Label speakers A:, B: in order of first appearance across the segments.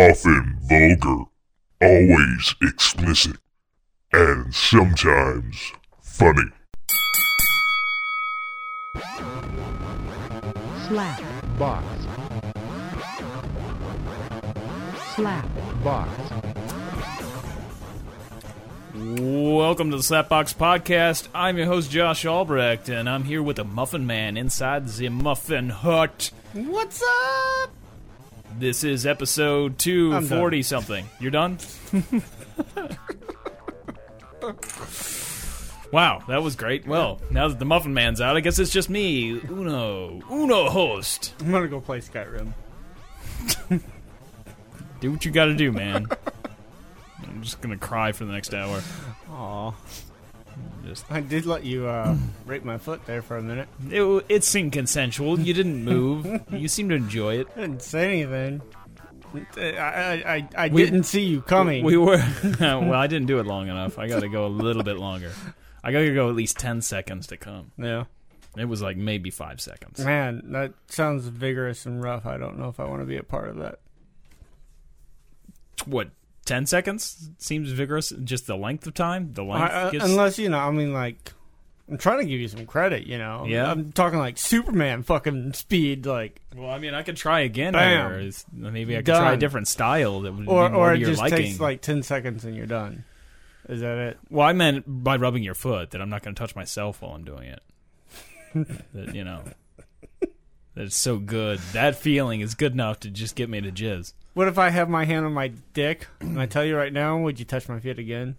A: often vulgar, always explicit, and sometimes funny.
B: Slap
C: box,
B: slap
C: box.
D: Welcome to the Slapbox Podcast. I'm your host, Josh Albrecht, and I'm here with the Muffin Man inside the Muffin Hut.
C: What's up?
D: This is episode
C: I'm
D: 240 something. You're done? wow, that was great. Well, now that the Muffin Man's out, I guess it's just me, Uno. Uno host.
C: I'm gonna go play Skyrim.
D: Do what you gotta do, man. I'm just gonna cry for the next hour.
C: Aw,
D: Just
C: I did let you uh, rape my foot there for a minute.
D: it, it seemed consensual. You didn't move. you seem to enjoy it.
C: I didn't say anything. I I, I, I
D: We-
C: didn't see you coming.
D: We were. well, I didn't do it long enough. I got to go a little bit longer. I got to go at least 10 seconds to come.
C: yeah,
D: It was like maybe five seconds.
C: man, that sounds vigorous and rough. I don't know if I want to be a part of that.
D: What, 10 seconds? Seems vigorous. Just the length of time? The length?
C: I, I-
D: gets-
C: unless you know, I mean, like, I'm trying to give you some credit. You know,
D: Yeah.
C: I'm talking like Superman fucking speed, like
D: well, I mean, I could try again.
C: Bam.
D: Or is- maybe I could try a
C: Done.
D: different style that would
C: or
D: be more
C: or
D: to
C: it
D: your
C: just
D: liking.
C: takes like ten seconds and you're done. Is that it?
D: well, I meant by rubbing your foot that I'm not going to touch myself while I'm doing it. that, you know, that it's so good. That feeling is good enough to just get me to jizz.
C: What if I have my hand on my dick and I tell you right now, would you touch my feet again?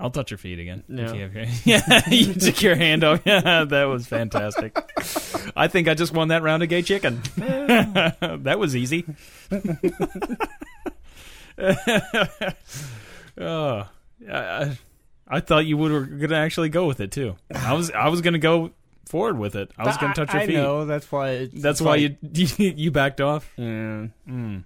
D: I'll touch your feet again.
C: No.
D: If you have your- yeah, you took your hand off. Yeah, that was fantastic. I think I just won that round of gay chicken. that was easy. oh, I, I, I thought you would, were going to actually go with it too. I was I was going to go forward with it. I was going to touch your
C: I
D: feet.
C: know that's why. It's,
D: That's
C: it's
D: why
C: like-
D: you, you backed off.
C: Yeah.
D: Mm.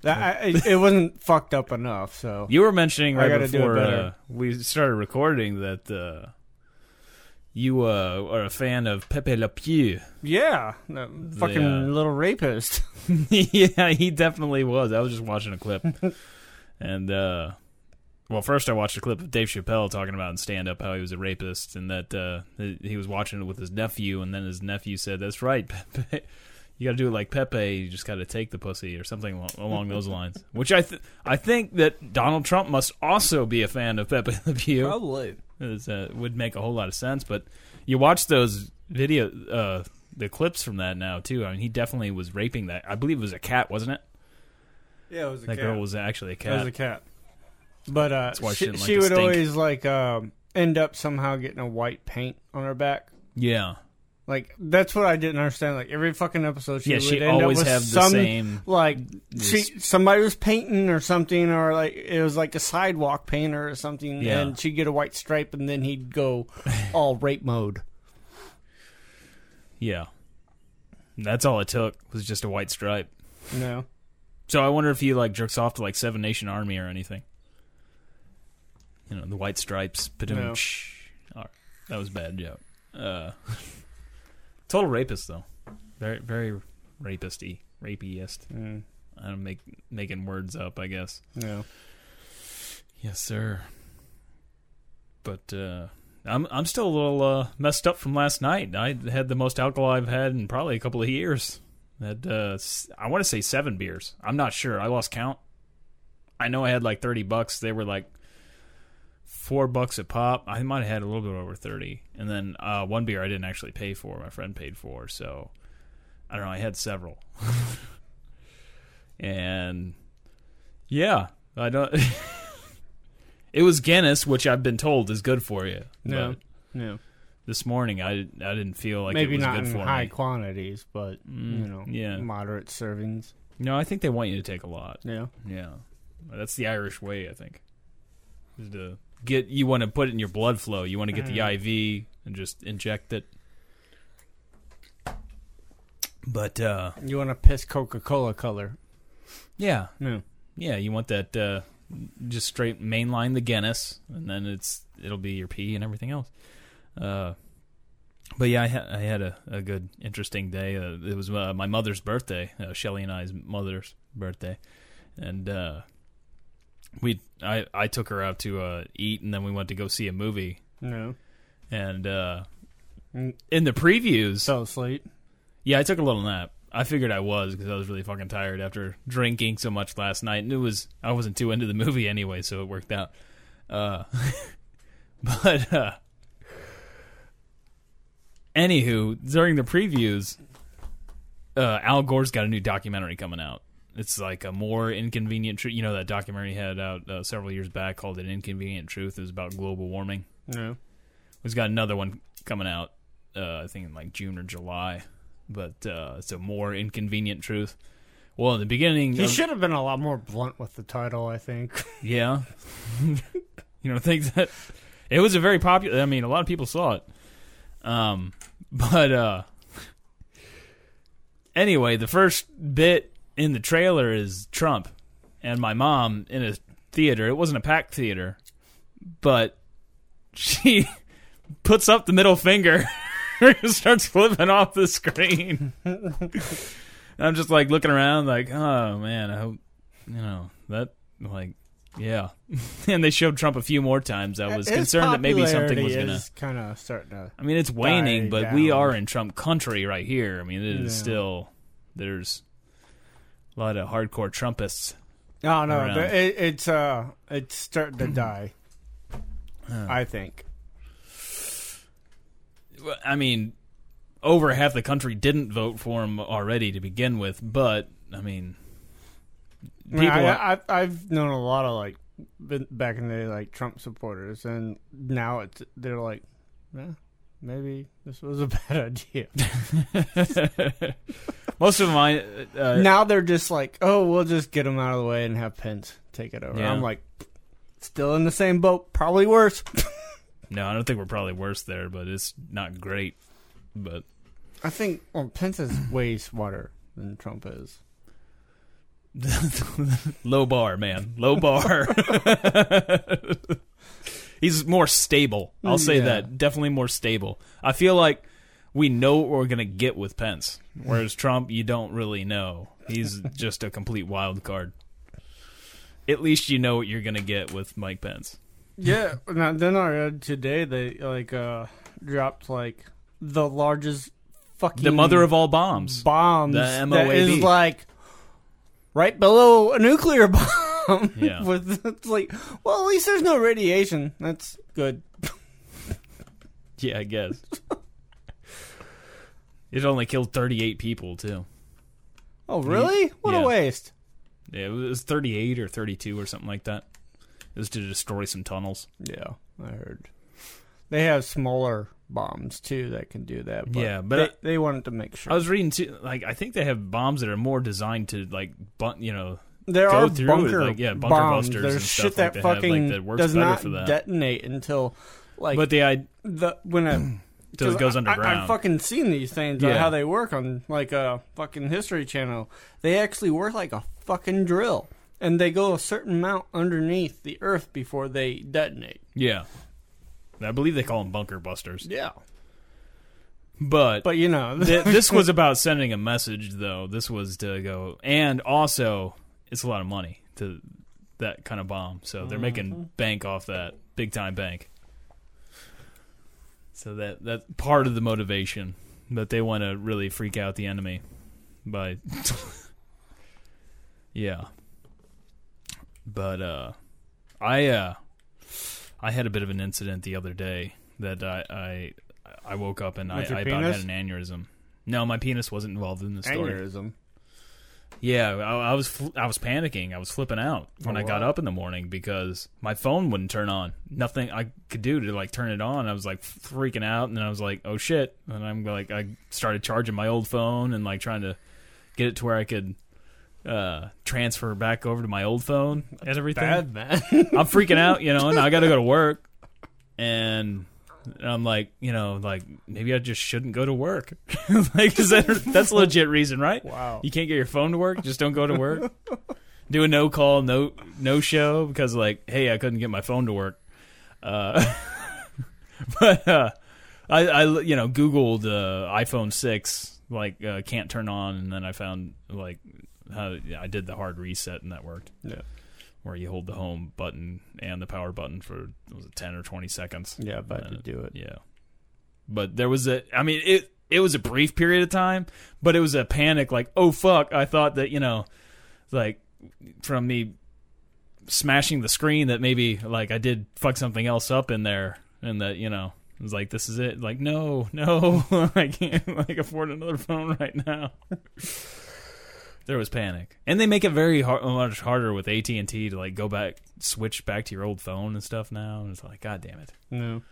C: That, I, it- it wasn't fucked up enough. So
D: You were mentioning
C: I
D: right
C: gotta do it
D: before uh,
C: better.
D: we started recording that uh, you uh, are a fan of Pepe Le Pew.
C: yeah, that fucking
D: uh,
C: little rapist.
D: yeah, he definitely was. I was just watching a clip, and uh, well, first I watched a clip of Dave Chappelle talking about in stand up how he was a rapist and that uh, he- he was watching it with his nephew, and then his nephew said, "That's right, Pepe." You got to do it like Pepe. You just got to take the pussy or something along, along those lines. Which I th- I think that Donald Trump must also be a fan of Pepe Le Pew
C: Probably.
D: is, uh, would make a whole lot of sense. But you watch those video, uh, the clips from that now too. I mean, he definitely was raping that. I believe it was a cat, wasn't it?
C: Yeah, it was a
D: That
C: cat.
D: girl was actually a
C: It was
D: cat.
C: a cat. But uh,
D: why she
C: she,
D: didn't like
C: she
D: to
C: would
D: stink.
C: always like um, end up somehow getting a white paint on her back.
D: yeah,
C: Like that's what I didn't understand. Like every fucking episode, she
D: yeah.
C: would
D: She
C: end
D: always
C: up with
D: have the
C: some
D: same.
C: like she
D: This-
C: somebody was painting or something, or like it was like a sidewalk painter or something,
D: Yeah.
C: and she'd get a white stripe, and then he'd go all rape mode.
D: Yeah, And that's all it took was just a white stripe.
C: You know,
D: So I wonder if he like jerks off to like Seven Nation Army or anything. You know, the white stripes.
C: No.
D: Oh, that was a bad joke. Uh, total rapist though. Very very rapisty, rapiest.
C: mm,
D: I'm make, making words up, I guess.
C: no,
D: Yes, sir. But uh, I'm I'm still a little uh, messed up from last night. I had the most alcohol I've had in probably a couple of years. Had uh, s- I want to say seven beers. I'm not sure. I lost count. I know I had like thirty bucks. They were like four bucks a pop. I might have had a little bit over thirty. And then uh, one beer I didn't actually pay for. My friend paid for. So I don't know. I had several. and yeah, I don't. It was Guinness, which I've been told is good for you.
C: no,
D: But
C: no.
D: this morning, I I didn't feel like
C: Maybe
D: it was
C: not
D: good
C: in
D: for
C: high
D: me. Mm,
C: quantities, but you know,
D: yeah.
C: moderate servings.
D: No, I think they want you to take a lot.
C: Yeah,
D: Yeah, that's the Irish way, I think. Is to get you want to put it in your blood flow. You want to get the IV and just inject it. But uh,
C: you want to piss Coca Cola color?
D: yeah,
C: No,
D: yeah, you want that uh, just straight mainline the Guinness, and then it's it'll be your pee and everything else. Uh, But yeah, I, ha- I had a, a good, interesting day. Uh, it was uh, my mother's birthday, uh, Shelly and I's mother's birthday, and uh, we I I took her out to uh, eat, and then we went to go see a movie.
C: No.
D: And uh,
C: Mm.
D: in the previews,
C: So asleep.
D: yeah, I took a little nap. I figured I was because I was really fucking tired after drinking so much last night, and it was I wasn't too into the movie anyway, so it worked out. Uh, but uh, anywho, during the previews, uh, Al Gore's got a new documentary coming out. It's like a more inconvenient truth. You know that documentary he had out uh, several years back called "An Inconvenient Truth." It was about global warming.
C: No.
D: He's got another one coming out, uh, I think in like June or July, but uh, it's a more inconvenient truth. Well, in the beginning, um,
C: He
D: of-
C: should have been a lot more blunt with the title, I think.
D: yeah, you know, think that it was a very popular. I mean, a lot of people saw it. Um, but uh, anyway, the first bit in the trailer is Trump and my mom in a theater. It wasn't a packed theater, but she puts up the middle finger and starts flipping off the screen. and I'm just like looking around, like, oh man, I hope you know that, like, yeah. and they showed Trump a few more times. I was concerned that maybe something was gonna.
C: kind of starting to.
D: I mean, it's waning,
C: die
D: but we
C: down.
D: are in Trump country right here. I mean, it is
C: Yeah.
D: still there's a lot of hardcore Trumpists.
C: No, Oh, no,
D: Around.
C: the- it, it's uh, it's starting to die. I think.
D: Well, I mean, over half the country didn't vote for him already to begin with, but I mean,
C: I,
D: people.
C: mean, I, I, I've known a lot of like been back in the day, like Trump supporters, and now it's they're like, eh, maybe this was a bad idea.
D: most of my uh,
C: now they're just like, oh, we'll just get him out of the way and have Pence take it over.
D: Yeah.
C: I'm like, still in the same boat, probably worse.
D: no, I don't think we're probably worse there, but it's not great. But
C: I think well, Pence is way smarter than Trump is.
D: low bar, man, low bar. He's more stable. I'll say
C: Yeah.
D: that definitely more stable. I feel like we know what we're gonna get with Pence, whereas Trump, you don't really know. He's just a complete wild card. At least you know what you're gonna get with Mike Pence.
C: Yeah. Now, then I read today they like uh dropped like the largest fucking
D: The mother of all bombs.
C: bombs
D: The
C: that
D: MOAB.
C: is like right below a nuclear bomb.
D: Yeah.
C: With it's like, well, at least there's no radiation. That's good.
D: yeah, I guess. it only killed 38 people too.
C: Oh, really? What
D: Mm-hmm. Yeah.
C: a waste.
D: Yeah, it was 38 or 32 or something like that. It was to destroy some tunnels.
C: Yeah, I heard. They have smaller bombs too that can do that. But
D: Yeah, but
C: they,
D: I-
C: they wanted to make sure
D: I was reading too. Like, I think they have bombs that are more designed to like, bu- you know,
C: there
D: go
C: are
D: through,
C: bunker
D: like, yeah, bunker
C: bombs.
D: busters
C: There's
D: and stuff
C: shit
D: like
C: that
D: they have, like,
C: fucking
D: that works
C: does
D: better
C: not
D: for that.
C: detonate until like
D: but the idea
C: the when a
D: it goes
C: I,
D: underground.
C: have fucking seen these things, on
D: Yeah.
C: how they work on like a fucking History Channel. They actually work like a fucking drill, and they go a certain amount underneath the earth before they detonate.
D: yeah, I believe they call them bunker busters.
C: Yeah,
D: But,
C: but you know,
D: th- this was about sending a message, though. This was to go, and also it's a lot of money to that kind of bomb. So
C: Mm-hmm.
D: they're making bank off that big time bank. So that that's part of the motivation, but they want to really freak out the enemy by Yeah. But uh I uh I had a bit of an incident the other day that I I, I woke up and I,
C: With your
D: I about had
C: penis?
D: an aneurysm. No, my penis wasn't involved in the story.
C: aneurysm.
D: Yeah, I, I was fl- I was panicking. I was flipping out when
C: Oh,
D: I got
C: wow.
D: up in the morning because my phone wouldn't turn on. Nothing I could do to like turn it on. I was like freaking out, and then I was like, "Oh shit!" And I'm like, I started charging my old phone and like trying to get it to where I could uh transfer back over to my old phone and everything.
C: Bad man.
D: I'm freaking out, you know, and I got to go to work, and I'm like, you know, like maybe I just shouldn't go to work. like, is that that's a legit reason, right?
C: Wow.
D: you can't get your phone to work, just don't go to work. Do a no call, no no show because like, hey, I couldn't get my phone to work. Uh, but uh, I, I you know Googled uh, iPhone six like uh, can't turn on, and then I found like how I did the hard reset and that worked.
C: Yeah.
D: Where you hold the home button and the power button for was it ten or twenty seconds?
C: Yeah, about to
D: Uh,
C: do it.
D: Yeah. But there was a I mean it it was a brief period of time, but it was a panic like, "Oh fuck, I thought that, you know, like from me smashing the screen that maybe like I did fuck something else up in there and that, you know, it was like this is it. Like, no, no, I can't like afford another phone right now. there was panic. And they make it very hard, much harder with AT&T to like go back switch back to your old phone and stuff now and it's like god damn it.
C: No.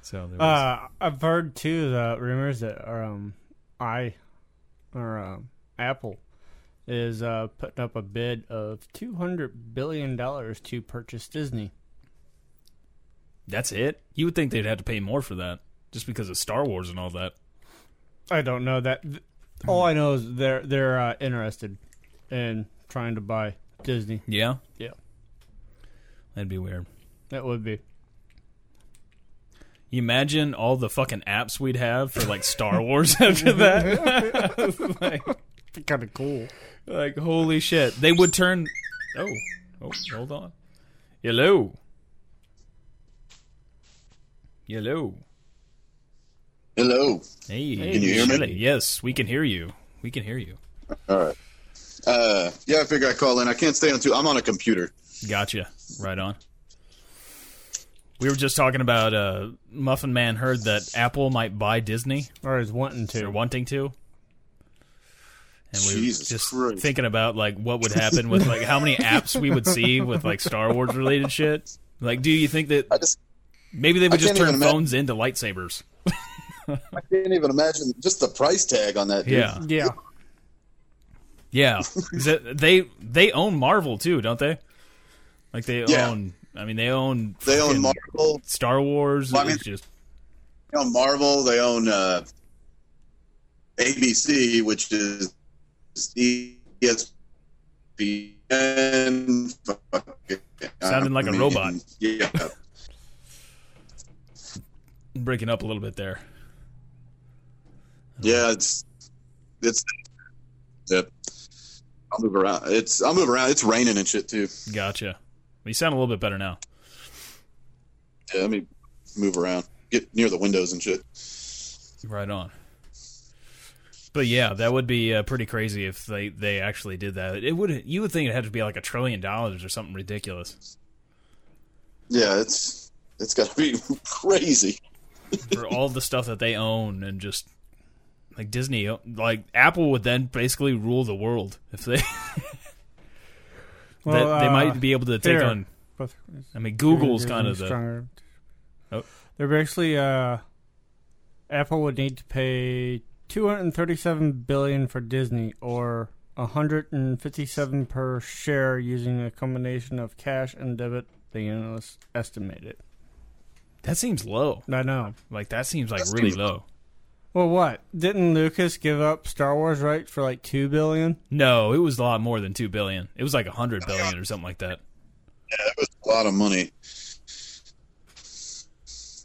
D: So there was
C: Uh, I've heard too the rumors that um, I or um, Apple is uh, putting up a bid of two hundred billion dollars to purchase Disney.
D: That's it. You would think they'd have to pay more for that, just because of Star Wars and all that.
C: I don't know that. th- All I know is they're they're uh, interested in trying to buy Disney.
D: Yeah.
C: Yeah.
D: That'd be weird.
C: That would be
D: You imagine all the fucking apps we'd have for like Star Wars after that. like,
C: kind of cool.
D: like, holy shit, they would turn. Oh, oh, hold on. Hello. Hello.
E: Hello.
D: Hey.
E: Can you hear me?
D: Shelley. Yes, we can hear you. We can hear you.
E: All right. Uh, yeah, I figure I call in. I can't stay on two. I'm on a computer.
D: Gotcha. Right on. We were just talking about uh, Muffin Man heard that Apple might buy Disney
C: Or is wanting
D: or
C: to.
D: wanting to. And we
E: Jesus
D: were just
E: Christ.
D: thinking about like what would happen with like how many apps we would see with like Star Wars related shit. Like, do you think that
E: I just
D: maybe they would
E: I
D: just
E: can't
D: turn
E: even imagine-
D: phones into lightsabers?
E: I can't even imagine just the price tag on that. Dude.
D: Yeah,
C: Yeah,
D: yeah. Is that- they they own Marvel too, don't they? Like they
E: Yeah.
D: own. I mean, they own.
E: They
D: fucking
E: own Marvel.
D: Star Wars.
E: Well, I mean-
D: it's just
E: They own Marvel. They own uh, ABC, which is E ESPN. Fucking-
D: Sounded like a
E: I mean,
D: robot.
E: Yeah.
D: breaking up a little bit there.
E: Yeah, it's it's yeah. I'll move around. It's I'll move around. It's raining and shit too.
D: Gotcha. You sound a little bit better now.
E: Yeah, let me move around. Get near the windows and shit.
D: Right on. But yeah, that would be uh, pretty crazy if they, they actually did that. It would you would think it had to be like a trillion dollars or something ridiculous
E: Yeah, it's it's got to be crazy.
D: for all the stuff that they own and just like Disney, like Apple would then basically rule the world if they
C: Well,
D: that, they
C: uh,
D: might be able to take
C: here.
D: on.
C: both-
D: I mean, Google's
C: they're
D: kind of
C: getting
D: the
C: stronger.
D: Oh.
C: They're basically uh, Apple would need to pay 237 billion for Disney or 157 per share using a combination of cash and debit. The analysts estimate it.
D: that seems low.
C: I know.
D: Like that seems like really low.
C: Well, what didn't Lucas give up Star Wars rights for like two billion?
D: No, it was a lot more than two billion. It was like a hundred billion or something like that.
E: Yeah, that was a lot of money.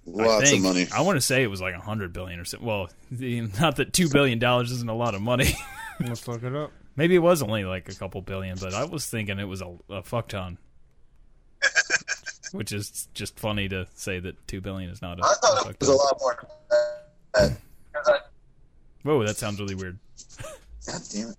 D: I
E: Lots
D: think.
E: of money.
D: I want to say it was like a hundred billion or something. Well, the- not that two billion dollars isn't a lot of money.
C: Let's look it up.
D: Maybe it was only like a couple billion, but I was thinking it was a, a fuck ton. Which is just funny to say that two billion is not a,
E: I
D: a
E: thought
D: fuck
E: it was a
D: ton.
E: lot more. than that.
D: Whoa, that sounds really weird.
E: God damn it!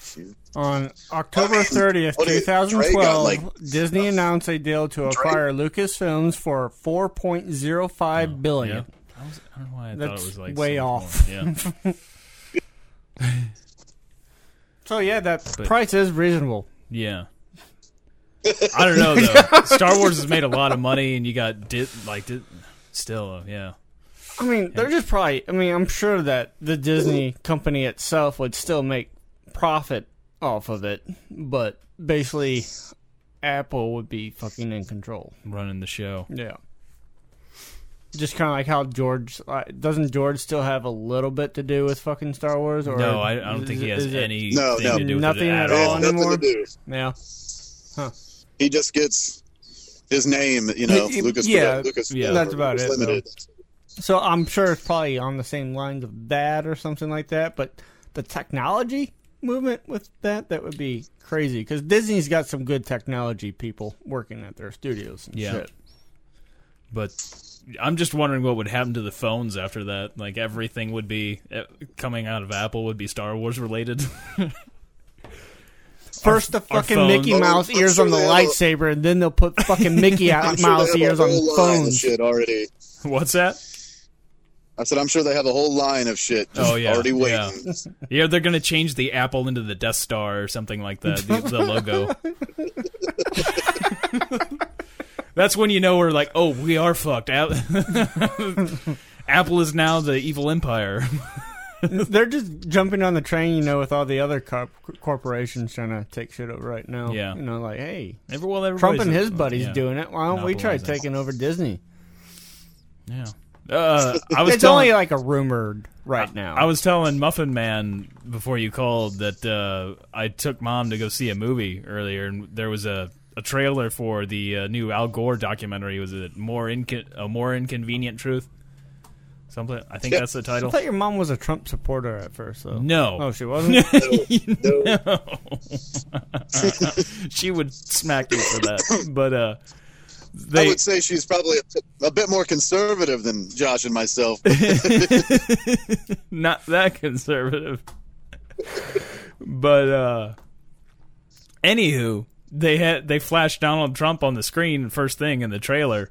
E: Shoot.
C: On October 30th,
E: What is- Dre
C: 2012,
E: got, like,
C: Disney announced a deal to acquire Lucasfilms for 4.05 billion.
D: Oh, Yeah. I, was, I don't know why I thought
C: Oh, That's
D: it was like
C: way
D: so much
C: off.
D: more. Yeah.
C: So yeah, that
D: But-
C: price is reasonable.
D: Yeah. I don't know though. Star Wars has made a lot of money, and you got did like did still uh, yeah.
C: I mean, they're just probably. I mean, I'm sure that the Disney company itself would still make profit off of it, but basically, Apple would be fucking in control.
D: running the show.
C: Yeah. Just kind of like how George uh, doesn't George still have a little bit to do with fucking Star Wars? Or
D: No, I, I don't think he
C: is-
D: has
C: is it-
D: any
E: No,
D: thing
E: no.
D: to do with
C: Nothing
D: it
C: at
D: at
C: all.
D: all.
E: It's nothing
C: anymore?
E: to do.
C: Yeah,
E: He just gets his name. You know,
C: Y- y-
E: Lucas.
C: yeah,
E: Lucas.
D: yeah,
C: that's about it,
E: Limited.
C: So I'm sure it's probably on the same lines of that or something like that. But the technology movement with that that would be crazy because Disney's got some good technology people working at their studios and
D: Yeah.
C: shit.
D: But I'm just wondering what would happen to the phones after that. Like everything would be eh, coming out of Apple would be Star Wars related.
C: First, the
D: our
C: fucking
D: phone-
C: Mickey
E: Oh,
C: Mouse
E: I'm
C: ears
E: sure
C: on the
E: they have a-
C: lightsaber, and then they'll put fucking Mickey
E: I'm
C: out,
E: sure
C: Mouse
E: they have
C: ears
E: a
C: on
E: whole line of
C: phones.
E: shit already.
D: What's that?
E: I said, I'm sure they have a whole line of shit just
D: Oh, yeah,
E: already
D: yeah.
E: waiting.
D: Yeah, they're gonna change the Apple into the Death Star or something like that. The, the logo. That's when you know we're like, oh, we are fucked. Ap- Apple is now the evil empire.
C: They're just jumping on the train, you know, with all the other corp- corporations trying to take shit over right now.
D: Yeah.
C: you know, like hey,
D: Every- well,
C: Trump
D: everybody's-
C: and his buddies
D: yeah,
C: doing it. Why don't we try
D: Monopolizing.
C: taking over Disney?
D: Yeah. Uh, I was
C: It's
D: telling-
C: only like a rumored right now.
D: I was telling Muffin Man before you called that uh, I took mom to go see a movie earlier, and there was a, a trailer for the uh, new Al Gore documentary. Was it more Incon- a more inconvenient truth? Something I think that's the
C: I
D: title.
C: thought your mom was a Trump supporter at first, though.
D: No,
C: Oh, she wasn't?
E: No.
D: she would smack me for that. But uh,
E: I
D: they
E: would say she's probably a, a bit more conservative than Josh and myself.
D: not that conservative. but uh anywho, they had they flashed Donald Trump on the screen first thing in the trailer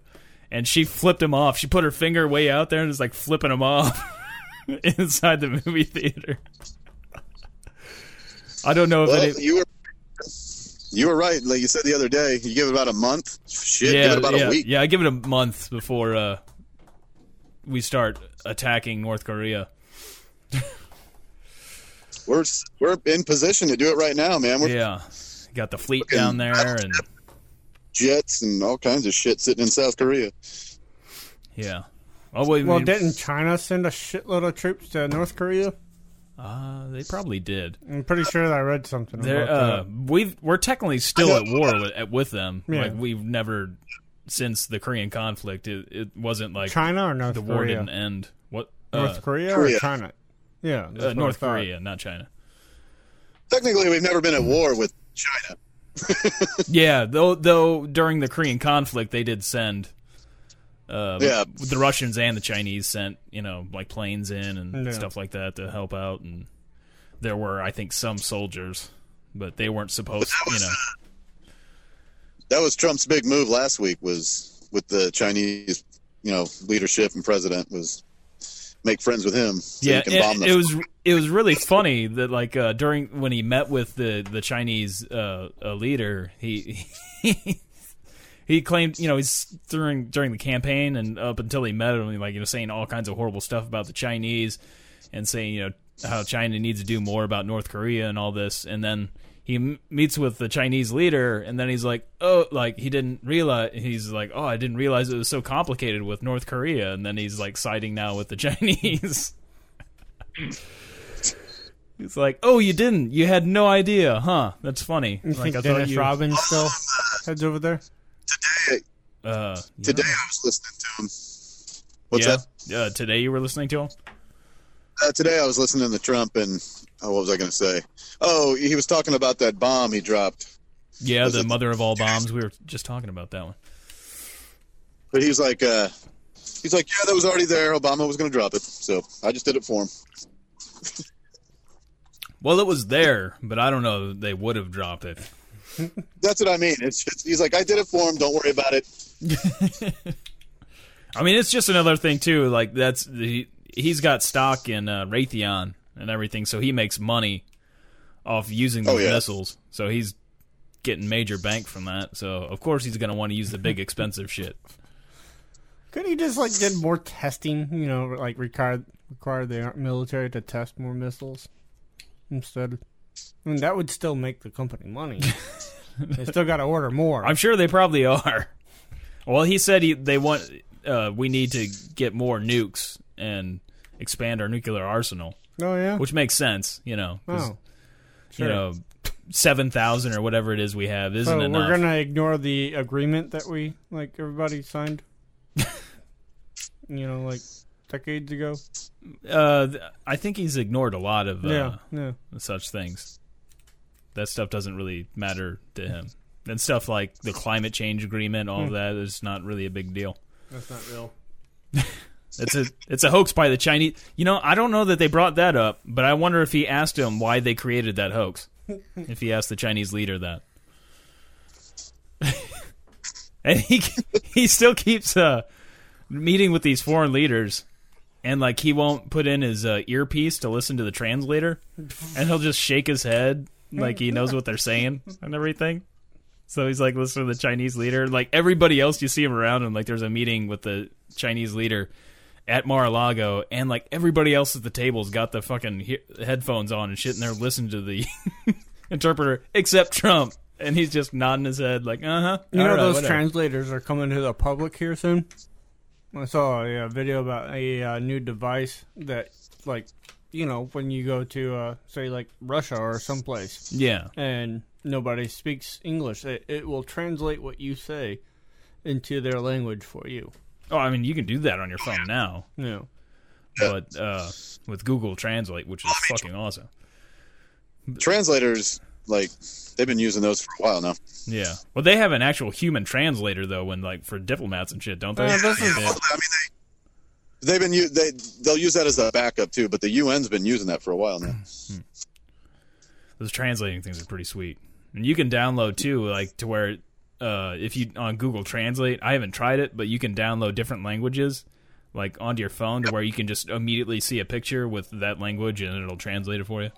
D: and she flipped him off. She put her finger way out there and was like flipping him off inside the movie theater. I don't know if
E: Well,
D: any
E: you were you were right. Like you said the other day, you give it about a month. Shit,
D: yeah,
E: give it about
D: yeah,
E: a week.
D: Yeah, I give it a month before uh, we start attacking North Korea.
E: We're s- we're in position to do it right now, man. We're
D: Yeah. Got the fleet down there and
E: jets and all kinds of shit sitting in South Korea.
D: yeah. Oh, wait,
C: well,
D: we-
C: didn't China send a shitload of troops to North Korea?
D: Uh, they probably did.
C: I'm pretty sure that I read something
D: They're uh,
C: about
D: we we're technically still at war with, at- with them.
C: Yeah.
D: Like we've never since the Korean conflict. It, it wasn't
C: that.
D: like
C: China or North
D: the war
C: Korea?
D: didn't end. What uh,
C: North Korea or
E: Korea.
C: China? Yeah, that's
D: uh,
C: what I
D: North
C: thought.
D: Korea, not China.
E: Technically, we've never been at war with China.
D: Yeah, though though during the Korean conflict they did send. Uh,
E: Yeah.
D: the Russians and the Chinese sent you know like planes in and
C: Yeah.
D: stuff like that to help out, and there were I think some soldiers, but they weren't supposed. You know,
E: That was Trump's big move last week. Was with the Chinese, you know, leadership and president was make friends with him. So
D: yeah,
E: you can
D: it,
E: bomb them.
D: it was it was really funny that like uh, during when he met with the the Chinese uh, uh, leader, he. he He claimed, you know, he's during during the campaign and up until he met him, like you know, saying all kinds of horrible stuff about the Chinese, and saying you know how China needs to do more about North Korea and all this. And then he m- meets with the Chinese leader, and then he's like, oh, like he didn't realize. He's like, oh, I didn't realize it was so complicated with North Korea. And then he's like siding now with the Chinese. It's like, oh, you didn't. You had no idea, huh? That's funny.
C: You
D: like
C: think Dennis
D: you-
C: Robbins still heads over there?
D: Uh, yeah.
E: Today I was listening to him. What's
D: yeah.
E: that?
D: Uh, today you were listening to him.
E: Uh, today I was listening to Trump and oh, what was I going to say? Oh, he was talking about that bomb he dropped.
D: Yeah,
E: Was
D: the
E: it-
D: mother of all bombs. We were just talking about that one.
E: But he's like, uh, he's like, yeah, that was already there. Obama was going to drop it, so I just did it for him.
D: Well, it was there, but I don't know. They would have dropped it.
E: That's what I mean. It's just, he's like, I did it for him. Don't worry about it.
D: I mean, it's just another thing too. Like that's he, he's got stock in uh, Raytheon and everything, so he makes money off using
E: Oh,
D: those
E: yeah.
D: missiles. So he's getting major bank from that. So of course he's going to want to use the big expensive shit.
C: Couldn't he just like did more testing? You know, like require require the military to test more missiles instead. I mean, that would still make the company money. they still got to order more.
D: I'm sure they probably are. Well, he said he, they want uh, we need to get more nukes and expand our nuclear arsenal,
C: oh yeah.
D: which makes sense. You know, 'cause,
C: Oh,
D: you know, seven thousand or whatever it is we have isn't
C: so
D: enough.
C: Oh, we're gonna ignore the agreement that we like everybody signed. you know, like decades ago.
D: Uh, th- I think he's ignored a lot of uh,
C: yeah, yeah.
D: such things. That stuff doesn't really matter to him. And stuff like the climate change agreement, all of that is not really a big deal.
C: That's not real.
D: It's a it's a hoax by the Chinese. You know, I don't know that they brought that up, but I wonder if he asked him why they created that hoax. If he asked the Chinese leader that, and he he still keeps uh, meeting with these foreign leaders, and like he won't put in his uh, earpiece to listen to the translator, and he'll just shake his head like he knows what they're saying and everything. So he's like listening to the Chinese leader. Like everybody else, you see him around him. Like there's a meeting with the Chinese leader at Mar-a-Lago, and like everybody else at the table's got the fucking he- headphones on and shit, and they're listening to the interpreter except Trump, and he's just nodding his head like, uh huh.
C: You know those translators are coming to the public here soon. I saw a, uh, video about a uh, new device that, like, you know, when you go to uh, say like Russia or someplace
D: Yeah,
C: and nobody speaks English, it, it will translate what you say into their language for you.
D: Oh, I mean, you can do that on your phone now,
C: Yeah. Oh,
D: but uh, with Google Translate, which is fucking awesome.
E: Translators, like, they've been using those for a while now.
D: Yeah. Well, they have an actual human translator though, when like for diplomats and shit, don't they?
C: Uh, this
E: I mean, they, they've been u- they they'll use that as a backup too. But the UN's been using that for a while now.
D: those translating things are pretty sweet. And you can download too, like to where uh, if you on Google Translate, I haven't tried it, but you can download different languages like onto your phone to where you can just immediately see a picture with that language and it'll translate it for you,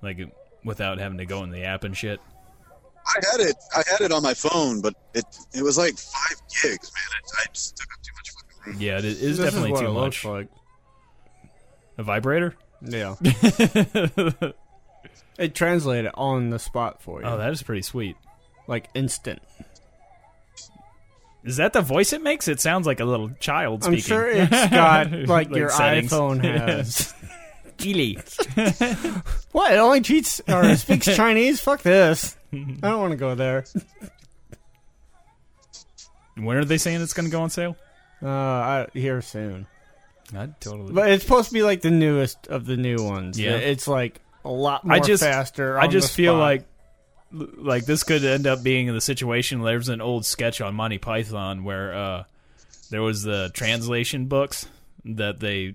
D: like without having to go in the app and shit.
E: I had it I had it on my phone, but it it was like five gigs, man. I, I just took up too much fucking room.
D: Yeah, it is
C: This
D: definitely
C: is what
D: too
C: it
D: much.
C: looks like.
D: A vibrator?
C: Yeah.
D: oh,
C: it translated on the spot for you.
D: that is pretty sweet.
C: like instant.
D: Is that the voice it makes? It sounds like a little child
C: I'm
D: speaking.
C: sure it's got like, your
D: settings.
C: iPhone has. Gilly. what? It only cheats or speaks Chinese? Fuck this. I don't want to go there.
D: When are they saying it's going to go on sale?
C: Uh, I, here soon.
D: I totally.
C: But it's supposed to be like the newest of the new ones.
D: Yeah.
C: It's like a lot more
D: I just-
C: faster.
D: I
C: on
D: just
C: the
D: feel
C: spot.
D: like like this could end up being the situation. There's an old sketch on Monty Python where uh, there was the translation books that they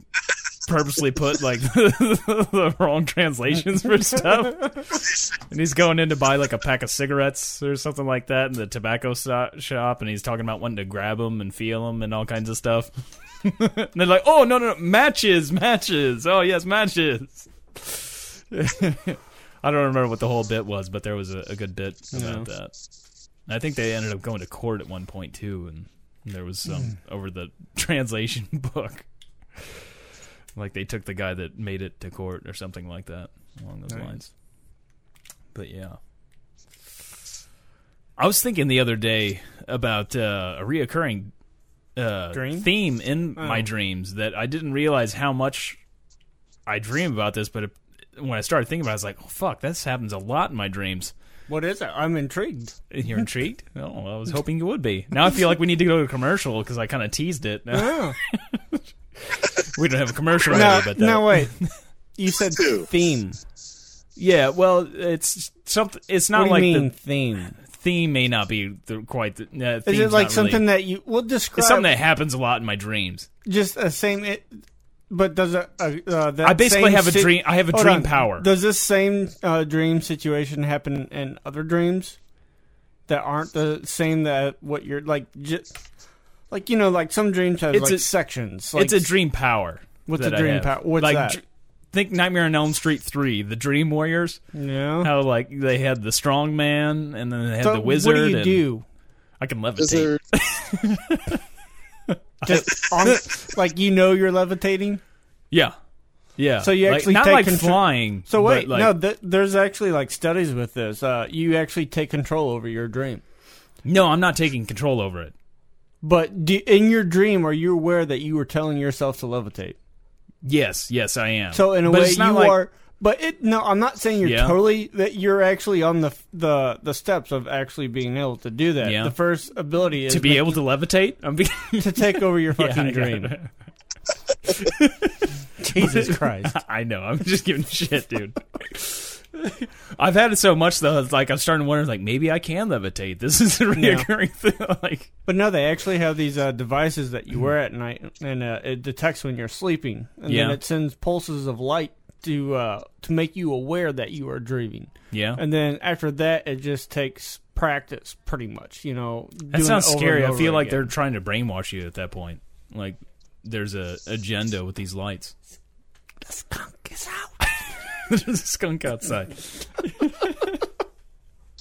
D: purposely put like the wrong translations for stuff, and he's going in to buy like a pack of cigarettes or something like that in the tobacco so- shop, and he's talking about wanting to grab them and feel them and all kinds of stuff. and they're like, "Oh no, no, no, matches, matches! Oh yes, matches." I don't remember what the whole bit was, but there was a, a good bit about that. And I think they ended up going to court at one point too, and there was some
C: Hmm.
D: over the translation book. Like they took the guy that made it to court or something like that along those
C: Nice.
D: lines. But yeah. I was thinking the other day about uh, a reoccurring uh,
C: Dream?
D: theme in my
C: Oh.
D: dreams that I didn't realize how much I dream about this, but it, when I started thinking about it, I was like, oh, fuck, this happens a lot in my dreams.
C: What is it? I'm intrigued.
D: And you're intrigued? oh, I was hoping you would be. Now I feel like we need to go to a commercial because I kind of teased it.
C: Oh.
D: we don't have a commercial right
C: No,
D: now, but uh, that,
C: no, wait. You said
E: Two.
C: theme.
D: yeah, well, it's something. It's
C: What
D: not
C: do
D: like
C: you mean
D: the
C: theme?
D: theme may not be the, quite the. Uh,
C: Is it like something that you will describe?
D: it's something that happens a lot in my dreams.
C: just the same. It, but does a, a uh, that
D: I basically
C: same
D: have a
C: si-
D: dream. I have a
C: Hold
D: dream
C: on.
D: power.
C: Does this same uh, dream situation happen in other dreams that aren't the same that what you're like? J- like you know, like some dreams have
D: It's
C: like
D: a-
C: sections. Like,
D: it's a dream power.
C: What's
D: that
C: a
D: I
C: dream
D: have.
C: power? What's
D: like,
C: that?
D: dr- think Nightmare on Elm Street three, the Dream Warriors.
C: Yeah.
D: How like they had the strong man, and then they had
C: So
D: the wizard.
C: What do you
D: and
C: do?
D: I can levitate.
E: Is there
C: Just on, like you know you're levitating.
D: Yeah, yeah.
C: So you
D: Like,
C: actually
D: not
C: take
D: like
C: control-
D: flying.
C: So
D: but,
C: wait,
D: like,
C: no, th- there's actually like studies with this. Uh, you actually take control over your dream.
D: no, I'm not taking control over it.
C: But do, in your dream, are you aware that you were telling yourself to levitate?
D: Yes, yes, I am.
C: So in a
D: But
C: way,
D: it's
C: you
D: not like-
C: are. But it no, I'm not saying you're
D: Yeah.
C: totally that you're actually on the the the steps of actually being able to do that.
D: Yeah.
C: The first ability is
D: to be able to levitate. I'm be-
C: to take over your
D: Yeah,
C: fucking
D: I got
C: dream.
D: it.
C: Jesus Christ.
D: I know. I'm just giving shit, dude. I've had it so much though. It's like I'm starting to wonder, like maybe I can levitate. This is a reoccurring thing. Like,
C: But no, they actually have these uh, devices that you wear at night, and uh, it detects when you're sleeping, and
D: Yeah.
C: then it sends pulses of light to uh, to make you aware that you are dreaming.
D: yeah,
C: And then after that, it just takes practice, pretty much. You know,
D: that sounds scary. I feel like they're trying to brainwash you at that point. Like, there's a agenda with these lights. The skunk is out. there's a skunk outside.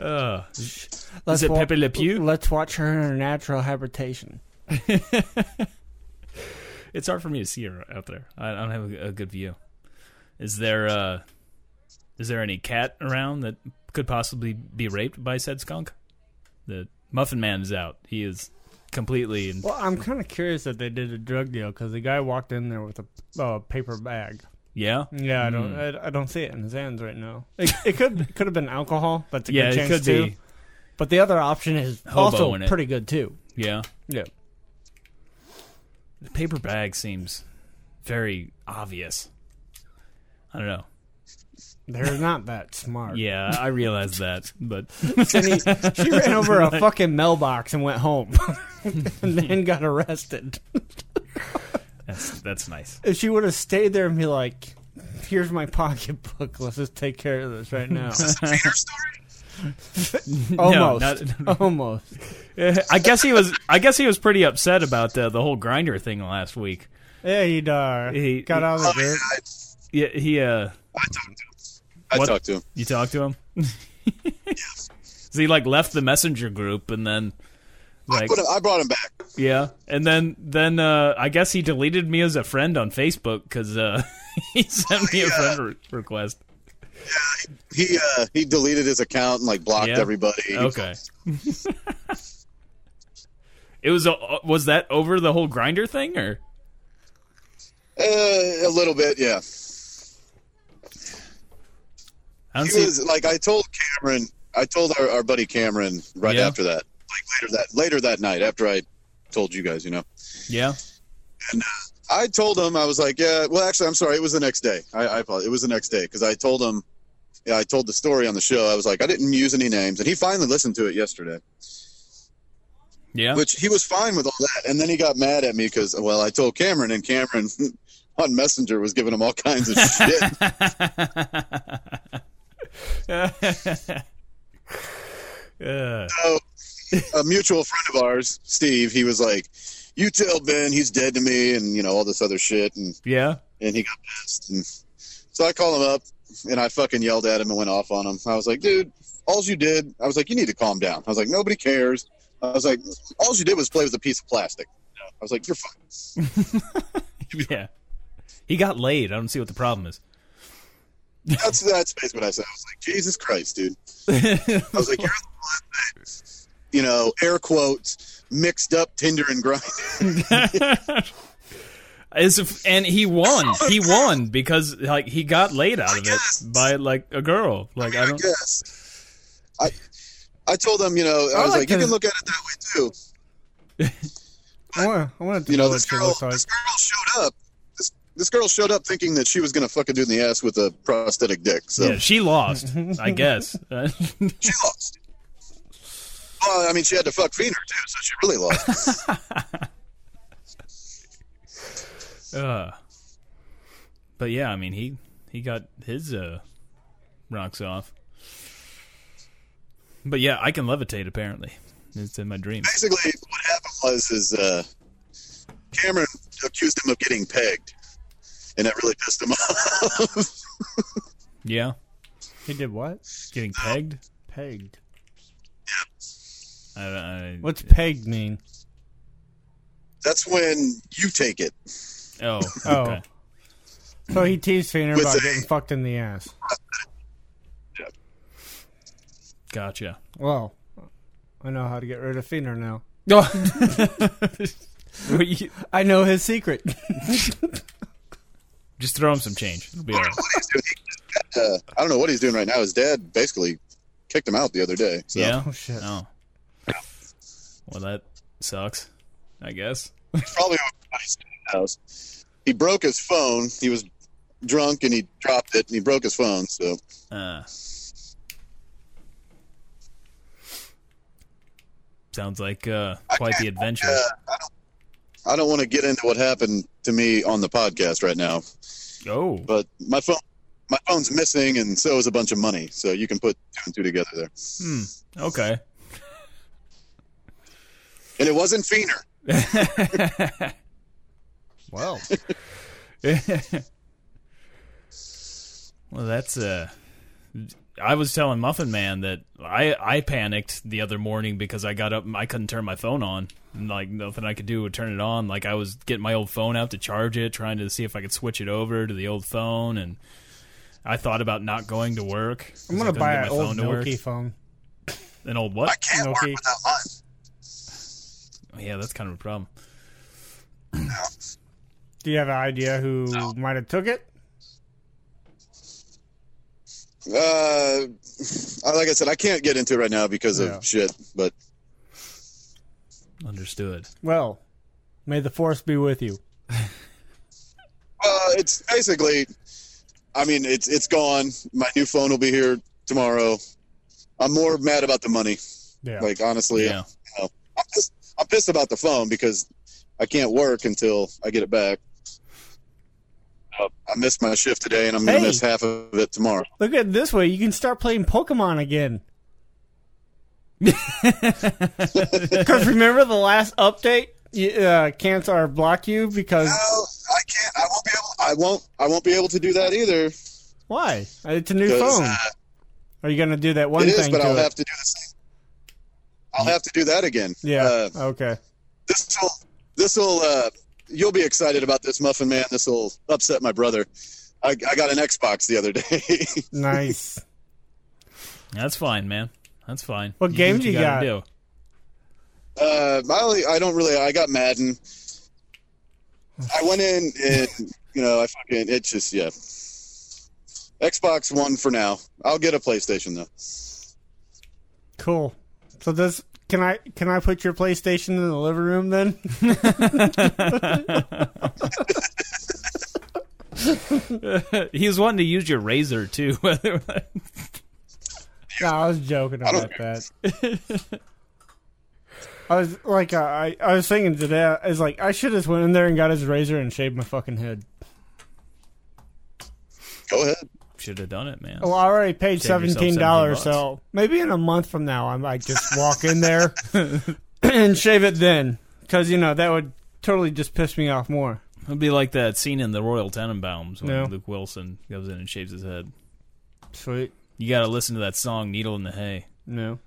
D: uh,
C: they're.
D: is it Pepe Le Pew?
C: Let's watch her in her natural habitation.
D: It's hard for me to see her out there. I I don't have a, a good view. Is there uh is there any cat around that could possibly be raped by said skunk? The Muffin Man is out. He is completely in
C: Well, I'm kind of curious that they did a drug deal because the guy walked in there with a uh, paper bag.
D: yeah.
C: Yeah, I
D: Hmm.
C: don't, I, I don't see it in his hands right now. It, it could, it could have been alcohol. That's a
D: Yeah,
C: good
D: it
C: chance
D: could
C: too.
D: be.
C: But the other option is
D: Hobo
C: also
D: in it.
C: pretty good too.
D: Yeah.
C: Yeah,
D: The paper bag seems very obvious. I don't know.
C: they're not that smart.
D: Yeah, I realize that, but
C: And he, she ran over a fucking mailbox and went home, and then got arrested.
D: that's that's nice.
C: If she would have stayed there and be like, "Here's my pocketbook. Let's just take care of this right now." almost,
D: No,
C: almost.
D: I guess he was I guess he was pretty upset about uh, the whole grinder thing last week.
C: Yeah, he uh,
D: He-
C: got out of the
E: Oh, yeah,
C: dirt.
E: I,
D: Yeah, he uh
E: I talked to him. I
D: What-
E: talked to him.
D: You talked to him? So he like left the messenger group and then
E: I,
D: like
E: put him. I brought him back.
D: yeah, and then then uh, I guess he deleted me as a friend on Facebook because uh, he sent me a friend re- request.
E: He uh, he deleted his account and like blocked
D: Yeah.
E: everybody.
D: Okay. it was a, was that over the whole grinder thing or
E: Uh, a little bit, yeah.
D: I don't
E: He
D: see.
E: was like I told Cameron. I told our, our buddy Cameron right
D: Yeah.
E: after that, like later that later that night after I told you guys, you know.
D: yeah,
E: I told him I was like, yeah. Well, actually, I'm sorry. It was the next day. I, I apologize. It was the next day because I told him, yeah, I told the story on the show. I was like, I didn't use any names, and he finally listened to it yesterday,
D: yeah.
E: which he was fine with all that. And then he got mad at me because, well, I told Cameron, and Cameron on Messenger was giving him all kinds of shit.
D: Uh,
E: a mutual friend of ours, Steve, he was like, "You tell Ben he's dead to me," and you know all this other shit, and
D: yeah.
E: and he got pissed, and so I called him up, and I fucking yelled at him and went off on him. I was like, "Dude, all you did," I was like, "You need to calm down." I was like, "Nobody cares." I was like, "All you did was play with a piece of plastic." I was like, "You're fine."
D: Yeah. He got laid. I don't see what the problem is.
E: That's that's basically what I said. I was like, "Jesus Christ, dude." I was like, "You're the one that, you know, air quotes." Mixed up Tinder and grind.
D: It's a f and he won. He won because like he got laid out of it by like a girl. Like I
E: I
D: don't.
E: guess. I I told them, you know, I
C: I
E: was
C: like
E: like, you
C: his-
E: can look at it that way too.
C: I wanted, I wanted to
E: You know,
C: what
E: this
C: she
E: girl,
C: looks like.
E: this girl showed up. This, this girl showed up thinking that she was gonna fuck a dude in the ass with a prosthetic dick. So
D: Yeah, she lost. I guess.
E: she lost. Well, I mean, she had to fuck Feener too, so she really lost.
D: Uh, but yeah, I mean he he got his uh rocks off. But yeah, I can levitate apparently. It's in my dreams.
E: Basically, what happened was is uh, Cameron accused him of getting pegged, and that really pissed him off.
D: Yeah,
C: He did what?
D: getting pegged.
C: Pegged.
D: I, I,
C: What's pegged mean?
E: That's when you take it.
D: Oh, okay.
C: Oh. So he teased Feener
E: With
C: about
E: the-
C: getting fucked in the ass.
D: gotcha.
C: Well, I know how to get rid of Feener now.
D: Well, you-
C: I know his secret.
D: Just throw him some change. It'll be all right.
E: What he's doing, he- uh, I don't know what he's doing right now. His dad basically kicked him out the other day. So.
D: Yeah.
C: Oh, shit.
D: Oh. Well, that sucks. I guess.
E: probably a nice house. He broke his phone. He was drunk and he dropped it and he broke his phone. So
D: Uh. Sounds like uh, quite the adventure.
E: I don't want to get into what happened to me on the podcast right now,
D: Oh,
E: but my phone. My phone's missing, and so is a bunch of money. So you can put two and two together there.
D: hmm. okay.
E: And it wasn't Feener.
F: Well,
D: Well, that's uh I was telling Muffin Man that I I panicked the other morning because I got up and I couldn't turn my phone on. And, like nothing I could do would turn it on. Like I was getting my old phone out to charge it, trying to see if I could switch it over to the old phone and I thought about not going to work. 'cause I
C: I'm gonna
D: couldn't
C: buy
D: get my
C: an old
D: phone to work.
C: Nokia phone.
D: An old what?
E: Can't
C: Okay.
E: work without mine.
D: Yeah, that's kind of a problem.
C: Do you have an idea who might have took it?
E: Uh, I- like I said, I can't get into it right now because
C: Yeah.
E: of shit. But
D: Understood.
C: Well, may the force be with you.
E: uh, it's basically, I mean, it's it's gone. My new phone will be here tomorrow. I'm more mad about the money.
C: Yeah.
E: Like honestly,
D: Yeah.
E: I'm, pissed, I'm pissed about the phone because I can't work until I get it back. Uh, I missed my shift today, and I'm gonna
C: Hey.
E: miss half of it tomorrow.
C: Look at it this way. You can start playing Pokemon again. Because remember the last update? You, uh, can't or block you because
E: No, I can't. I won't be able. I won't. I won't be able to do that either.
C: why? It's a new
E: 'cause,
C: phone.
E: uh,
C: Are you gonna do that one
E: it is,
C: thing?
E: but
C: to
E: I'll
C: it?
E: have to do the same. I'll have to do that again.
C: yeah.
E: Uh,
C: okay.
E: this will this will uh you'll be excited about this muffin man this will upset my brother I, I got an xbox the other day
C: Nice.
D: That's fine, man. That's fine.
C: What
D: do
C: game
D: what
C: do you
D: gotta
C: got?
D: do.
E: uh i only i don't really i got madden i went in and you know i fucking it's just yeah xbox one for now i'll get a playstation though
C: Cool. So this can I can I put your PlayStation in the living room then?
D: He was wanting to use your razor too.
C: no, I was joking about that. I was like, uh, I I was thinking today, I was like, I should have went in there and got his razor and shaved my fucking head.
E: go ahead
D: Should have done it, man.
C: Well, I already paid
D: Save yourself
C: seventeen dollars,
D: 17
C: so maybe in a month from now, I might just walk in there and shave it then, because you know that would totally just piss me off more.
D: It'd be like that scene in the Royal Tenenbaums when
C: Yeah.
D: Luke Wilson goes in and shaves his head.
C: Sweet.
D: You got to listen to that song "Needle in the Hay."
C: No.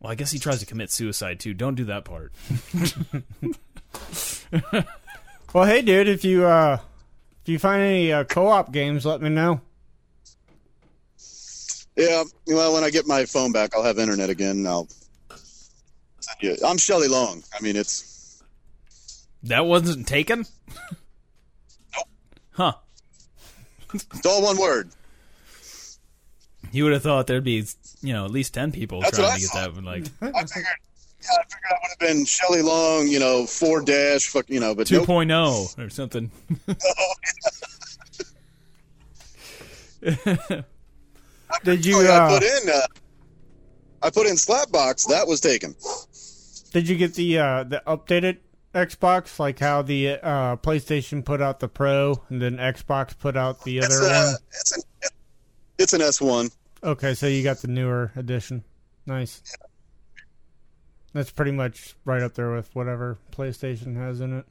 D: Well, I guess he tries to commit suicide too. Don't do that part.
C: Well, hey, dude, if you uh, if you find any uh, co-op games, let me know.
E: yeah well when i get my phone back i'll have internet again and i'll send you i'm shelly long i mean it's
D: That wasn't taken. Huh?
E: it's all one word
D: You would have thought there'd be, you know, at least ten people
E: That's what
D: trying
E: I
D: to get
E: thought.
D: that. One. Like,
E: I figured, yeah, I figured I would have been Shelley Long, you know, four dash, fuck, you know, but
D: Two
E: nope.
D: point oh or something.
C: Did you
E: I
C: uh,
E: put in, uh, I put in Slapbox. That was taken.
C: did you get the uh, the updated Xbox, like how the uh, PlayStation put out the Pro and then Xbox put out the
E: It's,
C: other
E: uh, it's an, it's an S one.
C: one? Okay, so you got the newer edition. Nice. That's pretty much right up there with whatever PlayStation has in it.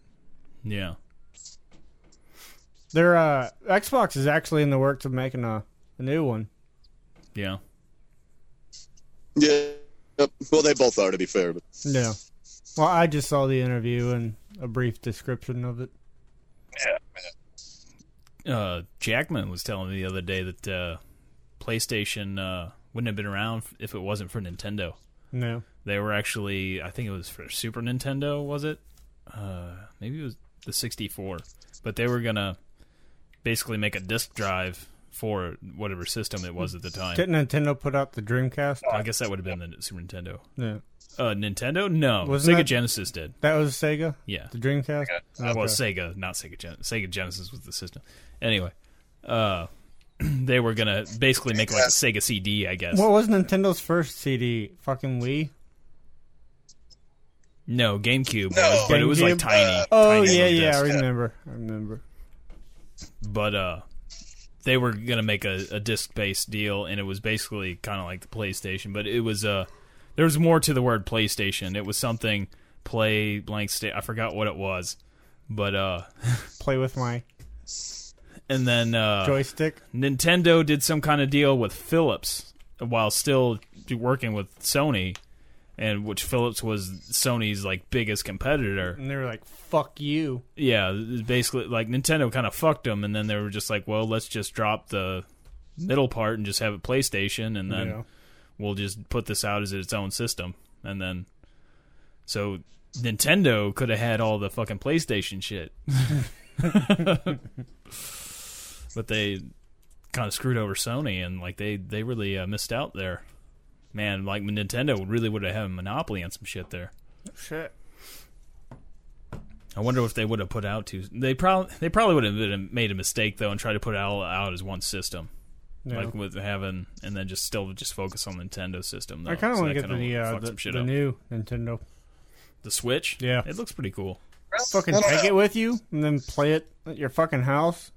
D: Yeah.
C: Their uh, Xbox is actually in the works of making a, a new one.
D: Yeah.
E: Yeah. Yep. Well, they both are, to be fair. But
C: Yeah. Well, I just saw the interview and a brief description of it.
D: uh, Jackman was telling me the other day that uh, PlayStation uh, wouldn't have been around if it wasn't for Nintendo.
C: No.
D: They were actually, I think it was for Super Nintendo, was it? Uh, maybe it was the 64. But they were gonna basically make a disk drive for whatever system it was at the time.
C: Didn't Nintendo put out the Dreamcast?
D: I guess that would have been the Super Nintendo.
C: Yeah.
D: Uh, Nintendo? No,
C: Wasn't
D: Sega
C: that-
D: Genesis did.
C: That was Sega?
D: Yeah.
C: The Dreamcast? Okay.
D: Well, Sega, not Sega Genesis. Sega Genesis was the system. Anyway, uh, they were gonna basically make like a Sega CD, I guess.
C: What was Nintendo's first CD? Fucking Wii?
D: no, GameCube, was, but it was like
C: GameCube?
D: tiny.
C: Oh,
D: tiny
C: yeah,
D: little
C: yeah, I
D: disc.
C: remember. I remember.
D: But uh, they were gonna make a, a disc-based deal, and it was basically kind of like the PlayStation, but it was uh, there was more to the word PlayStation. It was something play blank state. I forgot what it was, but uh,
C: Play with my
D: and then uh,
C: joystick.
D: Nintendo did some kind of deal with Philips while still working with Sony, and which Philips was Sony's like biggest competitor.
C: And they were like, fuck you.
D: Yeah, basically like Nintendo kind of fucked them, and then they were just like, well, let's just drop the middle part and just have it PlayStation, and then
C: Yeah.
D: we'll just put this out as its own system, and then so Nintendo could have had all the fucking PlayStation shit, but they kind of screwed over Sony, and like they they really uh, missed out there. Man, like Nintendo really would have had a monopoly on some shit there.
C: Shit.
D: I wonder if they would have put out two. They probably they probably would have been- made a mistake though and tried to put it all out as one system,
C: Yeah.
D: like with having and then just still just focus on Nintendo system. Though,
C: I kind of
D: So
C: want
D: that
C: to get
D: kinda
C: the, uh,
D: fucked
C: the,
D: some shit
C: the
D: up.
C: new Nintendo.
D: The Switch?
C: Yeah.
D: It looks pretty cool.
C: Fucking
E: I don't
C: take
E: know.
C: it with you and then play it at your fucking house.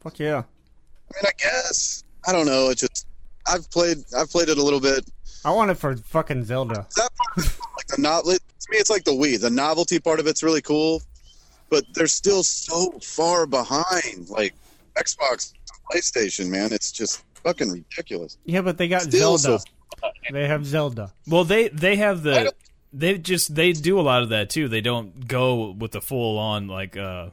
C: Fuck yeah.
E: I mean, I guess I don't know. It just I've played I've played it a little bit.
C: I want it for fucking Zelda.
E: That part of it's like the novel to me, it's like the Wii. The novelty part of it's really cool, but they're still so far behind. Like Xbox, and PlayStation, man, it's just fucking ridiculous.
C: Yeah, but they got
E: Still
C: Zelda.
E: so
C: they have Zelda.
D: Well, they they have
E: I
D: the
E: don't-
D: they just they do a lot of that too. They don't go with the full on like uh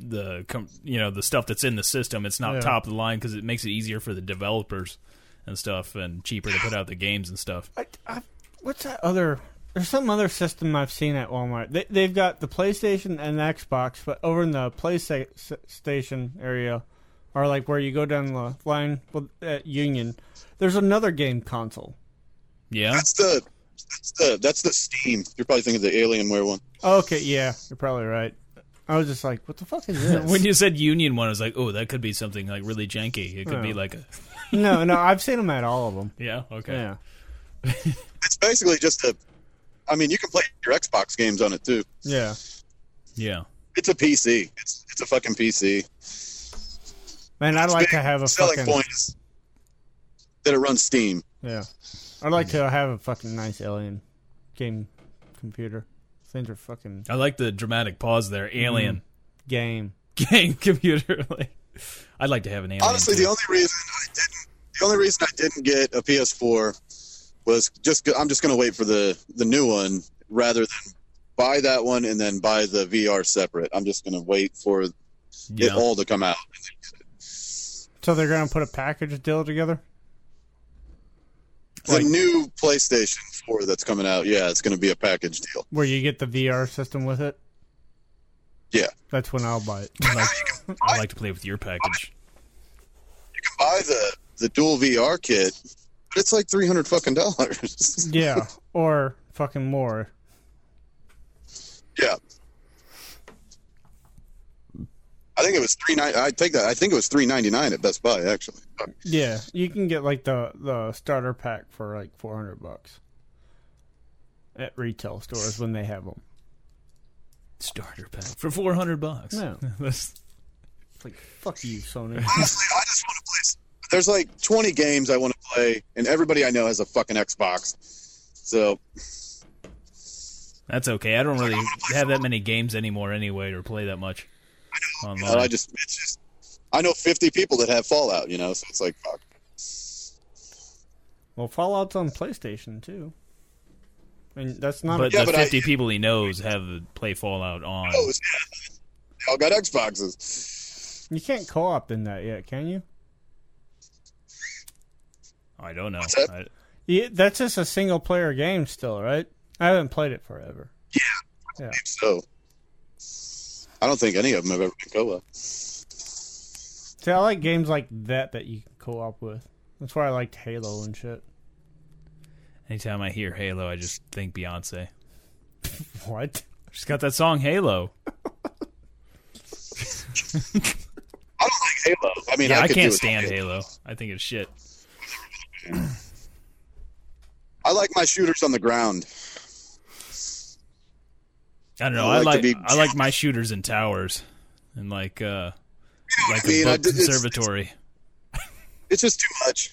D: the com- you know the stuff that's in the system. It's not
C: Yeah.
D: top of the line because it makes it easier for the developers and stuff and cheaper to put out the games and stuff.
C: I, I, what's that other? There's some other system I've seen at Walmart. They, they've got the PlayStation and the Xbox, but over in the PlayStation area, or like where you go down the line with- at Union, there's another game console.
D: Yeah,
E: That's the that's the that's the Steam. You're probably thinking of the Alienware one.
C: Okay, yeah, you're probably right. I was just like, what the fuck is this?
D: when you said union one, I was like, oh, that could be something like really janky. It could be
C: Yeah.
D: like a
C: no, no, I've seen them at all of them.
D: yeah okay.
C: Yeah.
E: It's basically just a. I mean, you can play your Xbox games on it too.
C: Yeah.
D: Yeah.
E: It's a PC. It's it's a fucking PC.
C: Man, I'd like to have a
E: selling
C: fucking
E: point is that it runs Steam.
C: Yeah. I'd like to have a fucking nice alien game computer. Things are fucking
D: I like the dramatic pause there.
C: Mm-hmm.
D: Alien
C: game.
D: game computer. like, I'd like to have an alien.
E: Honestly,
D: too.
E: the only reason I didn't the only reason I didn't get a PS4 was just I'm just gonna wait for the the new one rather than buy that one and then buy the VR separate. I'm just gonna wait for it
D: yeah.
E: all to come out.
C: So they're gonna put a package deal together?
E: The
D: Like-
E: new PlayStation 4 that's coming out, yeah, it's gonna be a package deal.
C: Where you get the VR system with it?
E: Yeah,
C: That's when I'll buy it.
D: I like, I like to play with your package.
E: you can buy the the dual VR kit, but it's like three hundred fucking dollars.
C: yeah. Or fucking more.
E: Yeah. I think it was three nine. I take that. I think it was three ninety nine at Best Buy actually.
C: Yeah. You can get like the, the starter pack for like four hundred bucks. At retail stores when they have them.
D: Starter pack for four hundred bucks.
C: No.
D: That's-
C: It's like fuck you, Sony.
E: Honestly, I just want to play. s- There's like twenty games I want to play, and everybody I know has a fucking Xbox. So
D: that's okay. I don't really have that many games anymore, anyway, or play that much
E: you
D: online.
E: know, I just it's just I know fifty people that have Fallout. You know, so it's like fuck.
C: well Fallout's on PlayStation too. And that's not
D: but
E: Yeah,
D: the
E: but I-
D: fifty people he knows have play Fallout on.
E: Oh, yeah. They all got Xboxes.
C: a, you can't co op in that yet, can you?
D: I don't know.
E: that?
D: I,
C: Yeah, that's just a single player game still, right? I haven't played it forever.
E: So I don't think any of them have ever been co-op.
C: See, I like games like that that you can co-op with. That's why I liked Halo and shit.
D: Anytime I hear Halo, I just think Beyonce.
C: What?
D: She's got that song Halo.
E: I don't like Halo. I mean,
D: yeah, I,
E: I, could do
D: can't
E: with
D: stand Halo. I think it's shit.
E: I like my shooters on the ground.
D: I don't know. I
E: I like to
D: like
E: be-
D: I like my shooters in towers, and like uh, like
E: I mean,
D: a
E: I
D: book
E: did- it's-
D: conservatory.
E: It's just too much.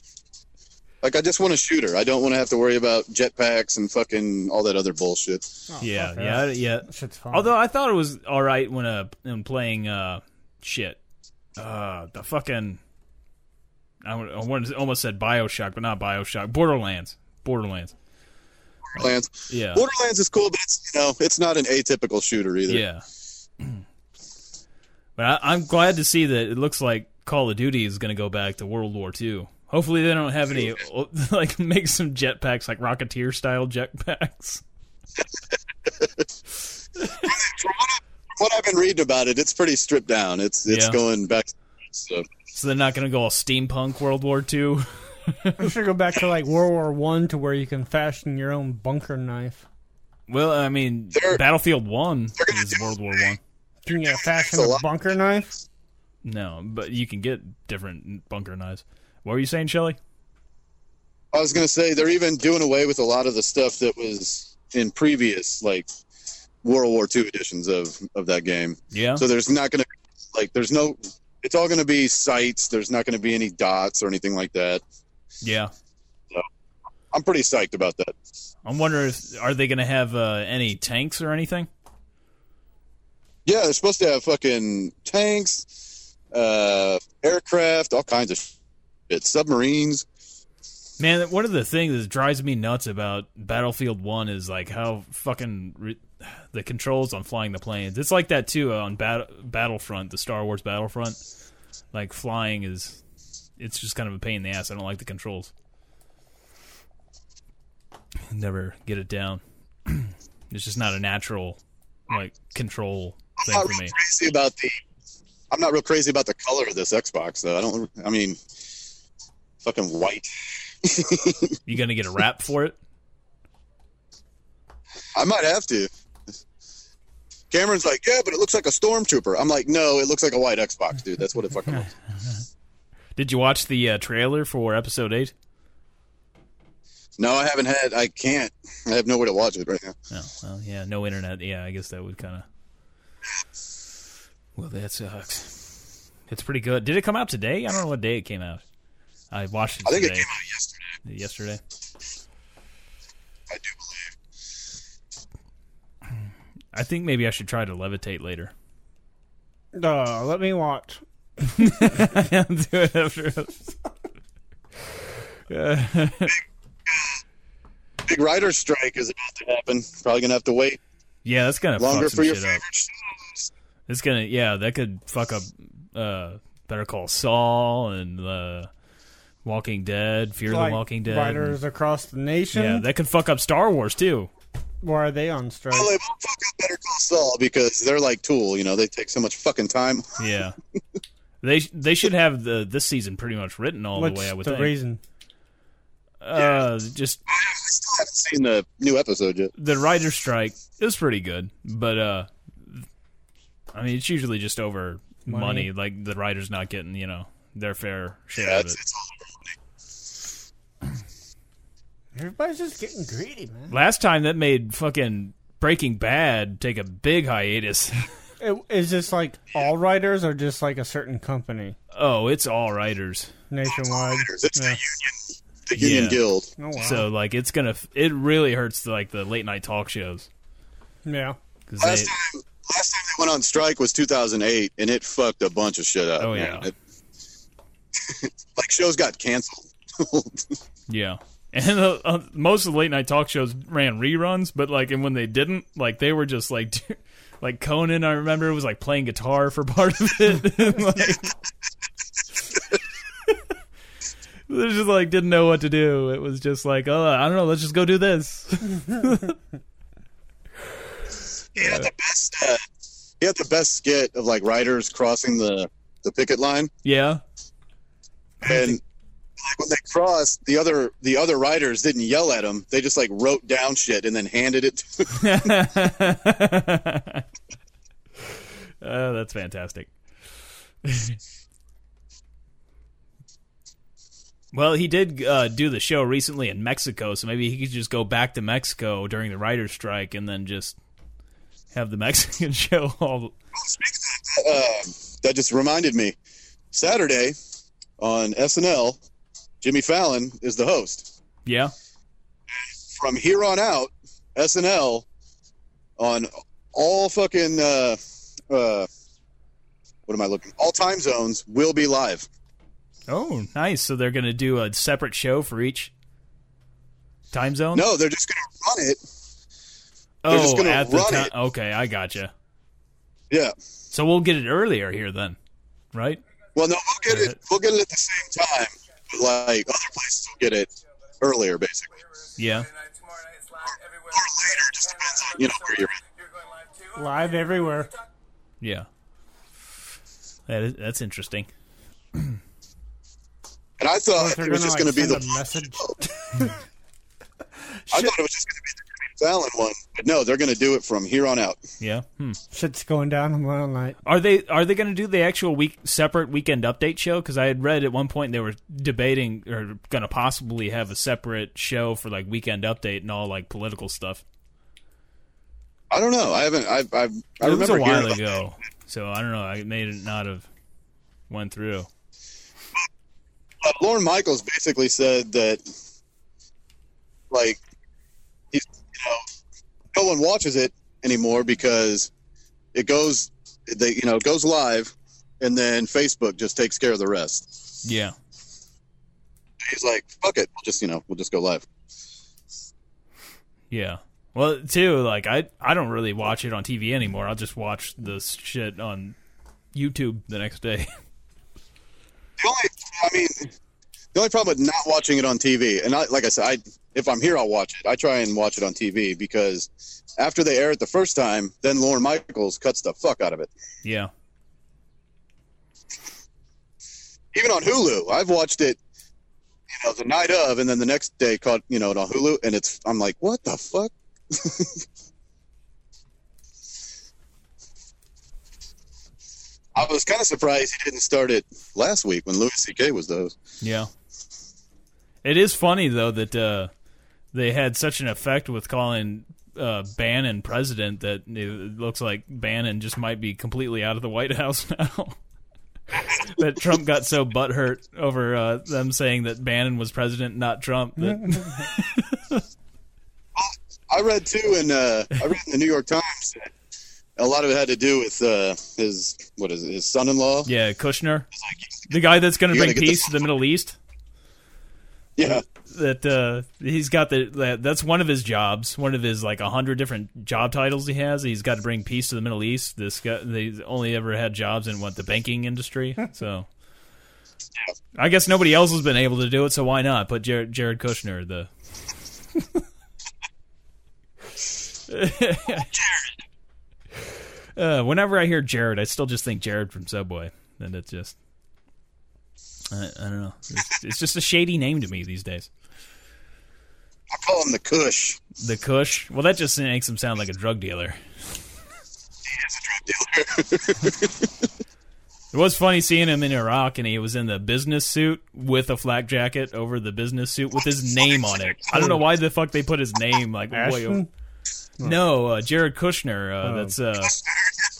E: Like I just want a shooter. I don't want to have to worry about jetpacks and fucking all that other bullshit.
D: yeah,
C: Oh, fuck
D: yeah,
C: that.
D: yeah.
C: That shit's fun.
D: Although I thought it was all right when uh when playing uh shit, uh the fucking I, wa- I wanted to- almost said Bioshock, but not Bioshock. Borderlands, Borderlands.
E: Borderlands.
D: Yeah,
E: Borderlands is cool, but it's you know it's not an atypical shooter either.
D: yeah. but I, I'm glad to see that it looks like Call of Duty is going to go back to World War II. Hopefully they don't have any like make some jetpacks like Rocketeer style jetpacks.
E: What I've been reading about it, it's pretty stripped down. It's it's
D: Yeah.
E: going back. So
D: So they're not going to go all steampunk World War II.
C: we should go back to like World War One to where you can fashion your own bunker knife.
D: Well, I mean,
E: They're-
D: Battlefield One
E: gonna
D: is World War One.
C: Can you fashion
E: It's
C: a
E: a lot.
C: bunker knife?
D: No, but you can get different bunker knives. What were you saying, Shelly?
E: I was gonna say they're even doing away with a lot of the stuff that was in previous like World War II editions of of that game.
D: Yeah.
E: So there's not going to like there's no it's all going to be sites. There's not going to be any dots or anything like that.
D: yeah.
E: I'm pretty psyched about that.
D: I'm wondering if are they going to have uh, any tanks or anything?
E: Yeah, they're supposed to have fucking tanks, uh, aircraft, all kinds of shit, submarines.
D: Man, one of the things that drives me nuts about Battlefield One is like how fucking re- the controls on flying the planes. It's like that too on Bat- Battlefront, the Star Wars Battlefront. Like flying is, it's just kind of a pain in the ass. I don't like the controls. Never get it down. it's just not a natural like control
E: I'm
D: thing
E: not
D: for
E: real
D: me.
E: crazy about the. I'm not real crazy about the color of this Xbox though. I don't. I mean, fucking white.
D: You gonna get a rap for it?
E: I might have to. Cameron's like, yeah, but it looks like a stormtrooper. I'm like, no, it looks like a white Xbox, dude. That's what it fucking. looks
D: Did you watch the uh, trailer for Episode Eight?
E: No, I haven't had. I can't. I have nowhere to watch it right now.
D: Oh well, yeah, no internet. Yeah, I guess that would kind of. Well, that sucks. It's pretty good. Did it come out today? I don't know what day it came out. I watched it
E: I think it
D: today,
E: came out yesterday.
D: yesterday.
E: I do believe.
D: I think maybe I should try to levitate later.
C: Uh, let me watch.
D: Do it after.
E: Big writer's strike is about to happen. Probably gonna have to wait
D: Yeah, that's gonna
E: longer
D: fuck
E: for
D: some
E: your
D: shit up.
E: favorite shows.
D: It's gonna yeah, that could fuck up. Uh, Better Call Saul and uh, Walking Dead, Fear
C: like
D: the Walking Dead.
C: writers across the nation.
D: yeah, that could fuck up Star Wars too.
C: Why are they on strike?
E: Well, it won't fuck up Better Call Saul because they're like Tool. You know, they take so much fucking time.
D: Yeah. They they should have the this season pretty much written all
C: What's
D: the way. I would
C: the
D: think.
C: reason?
D: Uh, just
E: I still haven't seen the new episode yet.
D: the writer strike is pretty good, but uh, I mean it's usually just over money.
C: Money.
D: Like the writers not getting you know their fair share
E: Yeah,
D: of
E: it's,
D: it.
E: it's all
C: Everybody's just getting greedy, man.
D: Last time that made fucking Breaking Bad take a big hiatus.
C: It, is this like all writers or just like a certain company
D: oh, it's all writers.
C: nationwide?
E: writers. It's
C: Yeah.
E: the union, the union
D: Yeah.
E: guild.
C: Oh, wow.
D: So like it's gonna f- it really hurts like the late night talk shows
C: yeah.
D: 'Cause
E: Last
D: they-
E: time, last time they went on strike was 2008, and it fucked a bunch of shit up.
D: Oh,
E: man.
D: yeah.
E: It- like shows got canceled.
D: Yeah. And uh, uh, most of the late night talk shows ran reruns, but like, and when they didn't, like, they were just like, like Conan, I remember, was like playing guitar for part of it. And, like, they just like didn't know what to do. It was just like, oh, I don't know, let's just go do this.
E: He had the best. Uh, he had the best skit of like writers crossing the the picket line,
D: Yeah.
E: and like, when they crossed, the other the other riders didn't yell at them. They just like wrote down shit and then handed it. to
D: uh, Oh, that's fantastic. well, he did uh, do the show recently in Mexico, so maybe he could just go back to Mexico during the writer's strike and then just have the Mexican show all.
E: uh, that just reminded me. Saturday on SNL, Jimmy Fallon is the host.
D: Yeah.
E: From here on out, SNL on all fucking uh, uh, what am I looking? All time zones will be live.
D: Oh, nice. So they're going to do a separate show for each time zone?
E: No, they're just gonna run it.
D: oh,
E: just gonna
D: at the
E: run
D: ti-
E: it.
D: Okay, I gotcha.
E: Yeah.
D: So we'll get it earlier here then, right?
E: Well, no, we'll get it. We'll get it at the same time. But like other places will get it earlier, basically.
D: Yeah.
E: You know where you're at.
C: Live everywhere.
D: Yeah. That is, that's interesting.
E: And I thought
C: They're
E: it was just
C: like,
E: going to be
C: send
E: the.
C: a message.
E: I thought it was just going to be the Jimmy Fallon one, but no, they're going to do it from here on out.
D: Yeah. Hmm.
C: Shit's going down tomorrow night.
D: Are they are they going to do the actual week separate weekend update show? Because I had read at one point they were debating or going to possibly have a separate show for like weekend update and all like political stuff.
E: I don't know. I haven't. I've. I've I
D: it was
E: remember
D: a while
E: hearing about-
D: ago, so I don't know. I may not have went through.
E: Uh, Lorne Michaels basically said that, like, he's you know, no one watches it anymore because it goes, they you know, it goes live, and then Facebook just takes care of the rest.
D: Yeah.
E: He's like, fuck it, we'll just you know, we'll just go live.
D: Yeah. Well, too, like I I don't really watch it on TV anymore. I'll just watch the shit on YouTube the next day.
E: The only, I mean, the only problem with not watching it on TV, and I, like I said, I, if I'm here, I'll watch it. I try and watch it on TV because after they air it the first time, then Lauren Michaels cuts the fuck out of it.
D: yeah.
E: Even on Hulu, I've watched it, you know, the night of, and then the next day caught, you know, it on Hulu, and it's, I'm like, what the fuck? I was kind of surprised he didn't start it last week when Louis C.K. was the host.
D: Yeah. It is funny though that uh, they had such an effect with calling uh, Bannon president that it looks like Bannon just might be completely out of the White House now. that Trump got so butthurt over uh, them saying that Bannon was president, not Trump. That,
E: I read too, and uh, I read in the New York Times that a lot of it had to do with uh, his what is it, his son-in-law.
D: yeah, Kushner, the guy that's going to
E: You gotta
D: bring
E: get the-
D: peace to the Middle East.
E: Yeah.
D: that uh, he's got the that, that's one of his jobs, one of his like a hundred different job titles he has. He's got to bring peace to the Middle East. This guy, they only ever had jobs in what the banking industry. So, I guess nobody else has been able to do it. So why not put Jared, Jared Kushner the Uh, whenever I hear Jared, I still just think Jared from Subway, and it's just I, I don't know. It's, it's just a shady name to me these days.
E: I call him the Kush.
D: The Kush. Well, that just makes him sound like a drug dealer. It was funny seeing him in Iraq, and he was in the business suit with a flak jacket over the business suit with his name on it. I don't know why the fuck they put his name like way over.
C: Ashton?
D: No, uh, Jared Kushner. Uh,
C: Oh.
D: That's uh,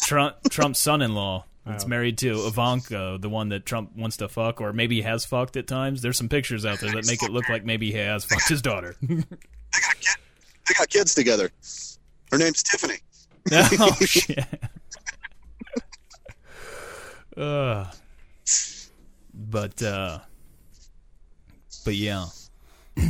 D: Trump, Trump's son-in-law. That's
C: Oh.
D: married to Ivanka, the one that Trump wants to fuck, or maybe has fucked at times. There's some pictures out there that make it look like maybe he has fucked his daughter.
E: They got kids together. Her name's Tiffany.
D: oh shit. uh, but uh, but yeah.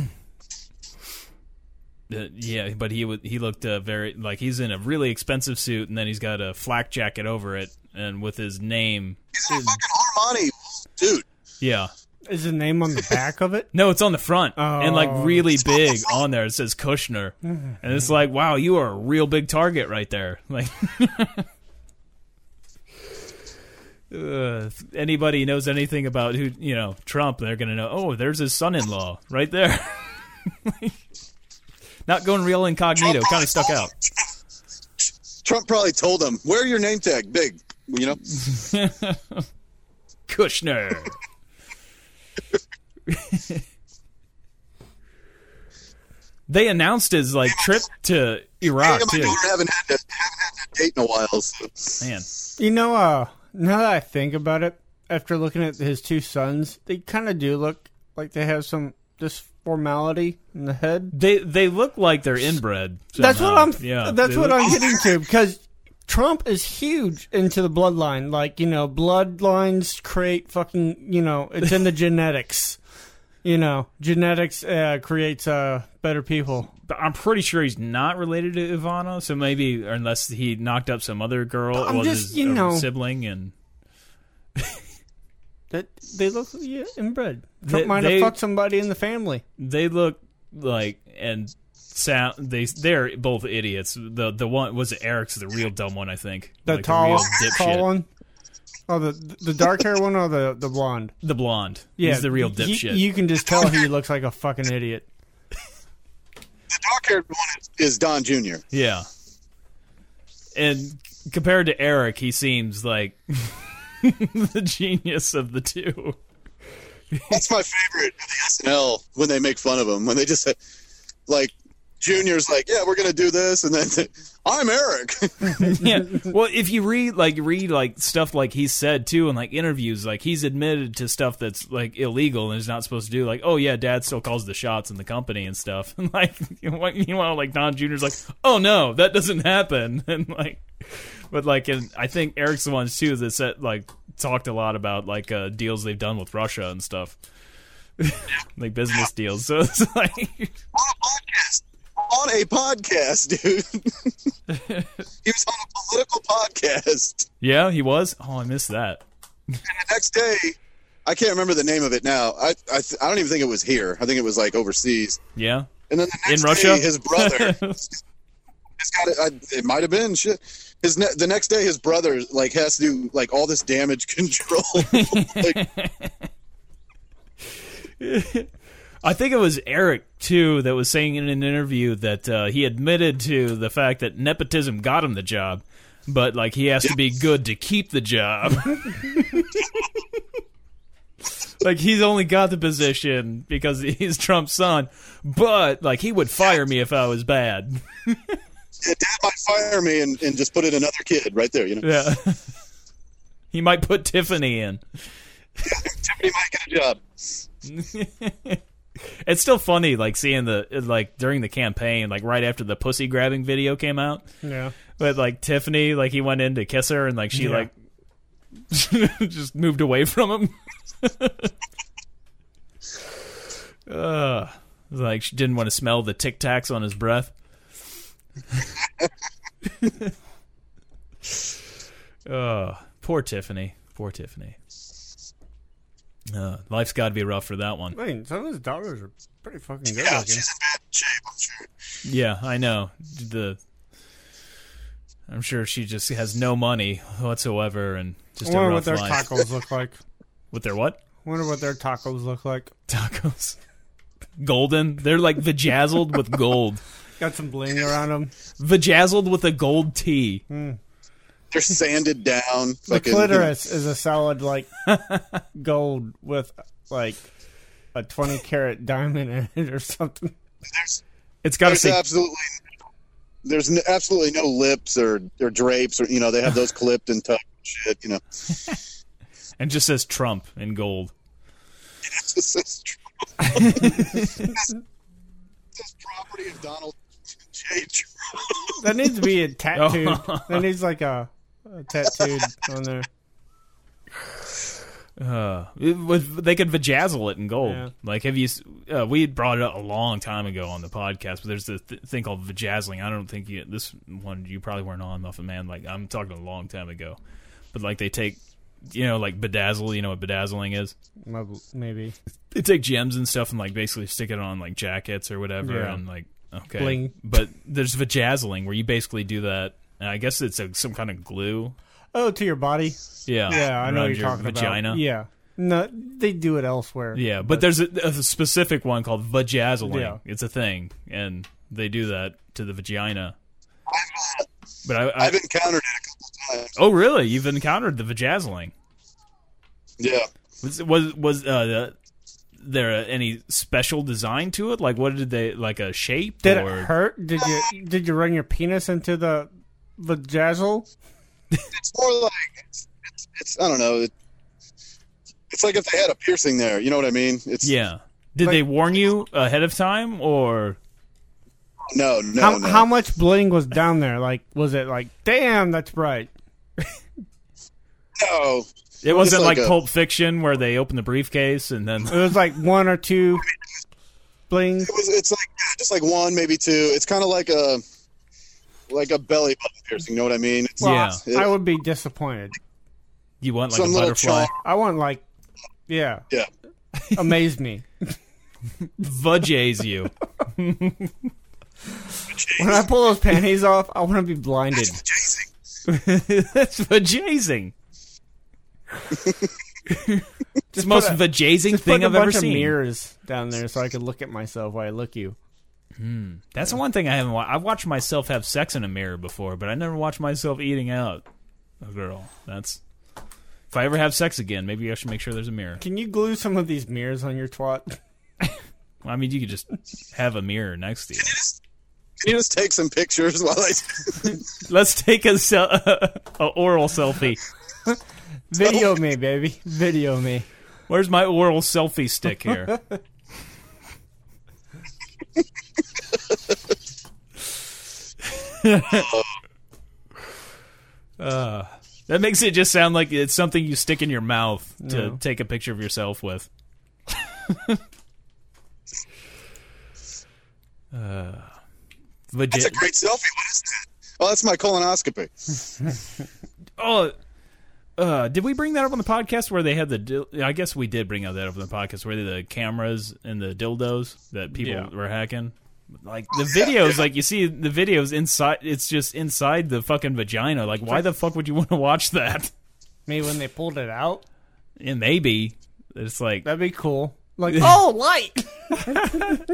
D: Uh, yeah, but he wa- he looked uh, very like he's in a really expensive suit, and then he's got a flak jacket over it, and with his name,
E: Fucking Armani, dude.
D: yeah,
C: Is the name on the back of it?
D: no, it's on the front and like
C: Oh.
D: really big on there. It says Kushner, and it's like, wow, you are a real big target right there. Like, uh, if anybody knows anything about who you know Trump, they're gonna know. Oh, there's his son-in-law right there. Not going real incognito, kind of stuck out.
E: Trump probably told him, "Wear your name tag, big." You know,
D: Kushner. they announced his like trip to Iraq
E: Damn, I
D: too.
E: don't- haven't had that, haven't had that date in a while. So.
D: Man,
C: You know, uh, now that I think about it, after looking at his two sons, they kind of do look like they have some disformality in the head.
D: they they look like they're inbred.
C: That's what
D: somehow.
C: I'm.
D: Yeah,
C: that's
D: they
C: what
D: look-
C: I'm getting to because Trump is huge into the bloodline. Like you know, bloodlines create fucking. You know, it's in the genetics. You know, genetics uh, creates uh, better people.
D: But I'm pretty sure he's not related to Ivana, so maybe or unless he knocked up some other girl,
C: But
D: it
C: I'm
D: was
C: just,
D: his
C: you
D: uh,
C: know-
D: sibling, and
C: That they look yeah, inbred.
D: They-
C: Trump might
D: they-
C: have fucked somebody in the family.
D: they look like and sound they they're both idiots. The the one was it Eric's the real dumb one, I think.
C: The
D: Like, a
C: tall,
D: real dipshit.
C: tall one. Oh, the the dark hair one or the the blonde.
D: the blonde.
C: Yeah,
D: he's the real
C: y-
D: dipshit.
C: You can just tell he looks like a fucking idiot.
E: The dark-haired one is, is Don Jr.
D: Yeah. And compared to Eric, he seems like the genius of the two.
E: That's my favorite of the SNL when they make fun of him when they just say, like Junior's like, yeah, we're gonna do this, and then I'm Eric.
D: yeah. Well, if you read like read like stuff like he said too, and like interviews, like he's admitted to stuff that's like illegal and is not supposed to do. Like, oh yeah, Dad still calls the shots in the company and stuff. And like, you know, you know like Don Junior's like, oh no, that doesn't happen. And like, but like, and I think Eric's the ones too that said like talked a lot about like uh, deals they've done with Russia and stuff, like business deals. So it's like.
E: on a podcast. On a podcast, dude. he was on a political podcast.
D: Yeah, he was. Oh, I missed that.
E: The next day, I can't remember the name of it now. I I, th- I don't even think it was here. I think it was like overseas.
D: Yeah,
E: And then the
D: In
E: next
D: Russia?
E: day, his brother. It's got it. I, it might have been shit. His ne- the next day, his brother like has to do like all this damage control. like,
D: I think it was Eric too that was saying in an interview that uh, he admitted to the fact that nepotism got him the job, but like he has to be good to keep the job. like he's only got the position because he's Trump's son, but like he would fire me if I was bad.
E: yeah, dad might fire me and, and just put in another kid right there. You know,
D: Yeah. He might put Tiffany in.
E: Tiffany might get a job.
D: It's still funny, like seeing the like during the campaign, like right after the pussy grabbing video came out,
C: Yeah.
D: But like Tiffany, like he went in to kiss her, and like she
C: Yeah.
D: like just moved away from him. uh, like she didn't want to smell the Tic Tacs on his breath. uh, poor Tiffany. Poor Tiffany. Uh, life's got to be rough for that one.
C: I mean, some of his daughters are pretty fucking good
E: Yeah,
C: looking.
E: she's in bad shape. I'm sure.
D: Yeah, I know. The I'm sure she just has no money whatsoever and just
C: I
D: a
C: wonder
D: rough
C: what their
D: life.
C: tacos look like.
D: With their what?
C: Wonder what their tacos look like.
D: Tacos. Golden. They're like vajazzled with gold.
C: Got some bling around them.
D: Vajazzled with a gold tee.
E: They're sanded down.
C: The
E: fucking-
C: clitoris is a solid like gold with like a twenty carat diamond in it or something.
E: There's,
D: It's got to
E: there's
D: say
E: absolutely there's n- absolutely no lips or or drapes or you know they have those clipped and tucked and shit. You know,
D: and just says Trump in gold.
E: It's just- it's true. This property of Donald J. Trump.
C: That needs to be a tattoo. That needs like a, a tattooed on there.
D: Uh, it was- they could vajazzle it in gold.
C: Yeah.
D: Like, have you? s- Uh, we had brought it up a long time ago on the podcast, but there's this th- thing called vajazzling. I don't think you, this one you probably weren't on, Muffin Man. Like, I'm talking a long time ago, but like they take, you know, like bedazzle. You know what bedazzling is?
C: Mo- Maybe
D: They take gems and stuff and like basically stick it on like jackets or whatever,
C: Yeah.
D: and like okay.
C: Bling.
D: But there's vajazzling where you basically do that. And I guess it's a, some uh, kind of glue.
C: Oh, to your body.
D: Yeah,
C: Yeah, I
D: around
C: know what you're
D: your
C: talking
D: vagina.
C: about. Yeah. No, they do it elsewhere.
D: Yeah, but there's a, a specific one called vajazzling.
C: Yeah.
D: It's a thing, and they do that to the vagina. But I, I
E: I've encountered it a couple times.
D: oh really? You've encountered the vajazzling?
E: Yeah.
D: Was was was uh, there any special design to it? Like what did they like a shape?
C: Did
D: or,
C: it hurt? Did you did you run your penis into the vajazzle?
E: It's more like it's, it's, it's I don't know. It, it's like if they had a piercing there. You know what I mean? It's
D: Yeah. Did
C: Like-
D: they warn you ahead of time or
E: No, no,
C: how,
E: no.
C: how much bling was down there? Like, was it like, damn, that's bright?
E: no.
D: it wasn't
E: like
D: like,
E: a-
D: Pulp Fiction where they open the briefcase and then
C: It was like one or two bling.
E: It was, it's like yeah, just like one, maybe two. It's kind of like a like a belly button piercing. You know what I mean? It's,
D: Yeah.
E: It-
C: I would be disappointed.
D: you want like
E: Some
D: a
E: little
D: butterfly
E: chunk.
C: I want like, yeah,
E: yeah.
C: amaze me.
D: vajays you.
C: When I pull those panties off, I want to be blinded.
E: Chasing.
D: That's vajazing. It's the most
C: put a-
D: vajazing
C: Just
D: thing
C: put
D: I've
C: a
D: ever
C: bunch of
D: seen.
C: mirrors down there so I could look at myself while I look you.
D: That's the one thing I haven't watched. I've watched myself have sex in a mirror before, but I never watched myself eating out a girl. That's if I ever have sex again, maybe I should make sure there's a mirror.
C: Can you glue some of these mirrors on your twat?
D: I mean, you could just have a mirror next to you.
E: Can you just take some pictures while I?
D: Let's take a, sel- a oral selfie.
C: Video me, baby. Video me.
D: Where's my oral selfie stick here? uh, that makes it just sound like it's something you stick in your mouth to
C: No.
D: take a picture of yourself with. uh,
E: It's a
D: legit.
E: great selfie. What is that? Oh, that's my colonoscopy.
D: Oh, uh, did we bring that up on the podcast where they had the? Dil- I guess we did bring up that up on the podcast where the cameras and the dildos that people
C: Yeah.
D: were hacking. Like the videos, like you see the videos inside. It's just inside the fucking vagina. Like, why the fuck would you want to watch that?
C: Maybe when they pulled it out,
D: And maybe it's like
C: that'd be cool. Like, oh, light.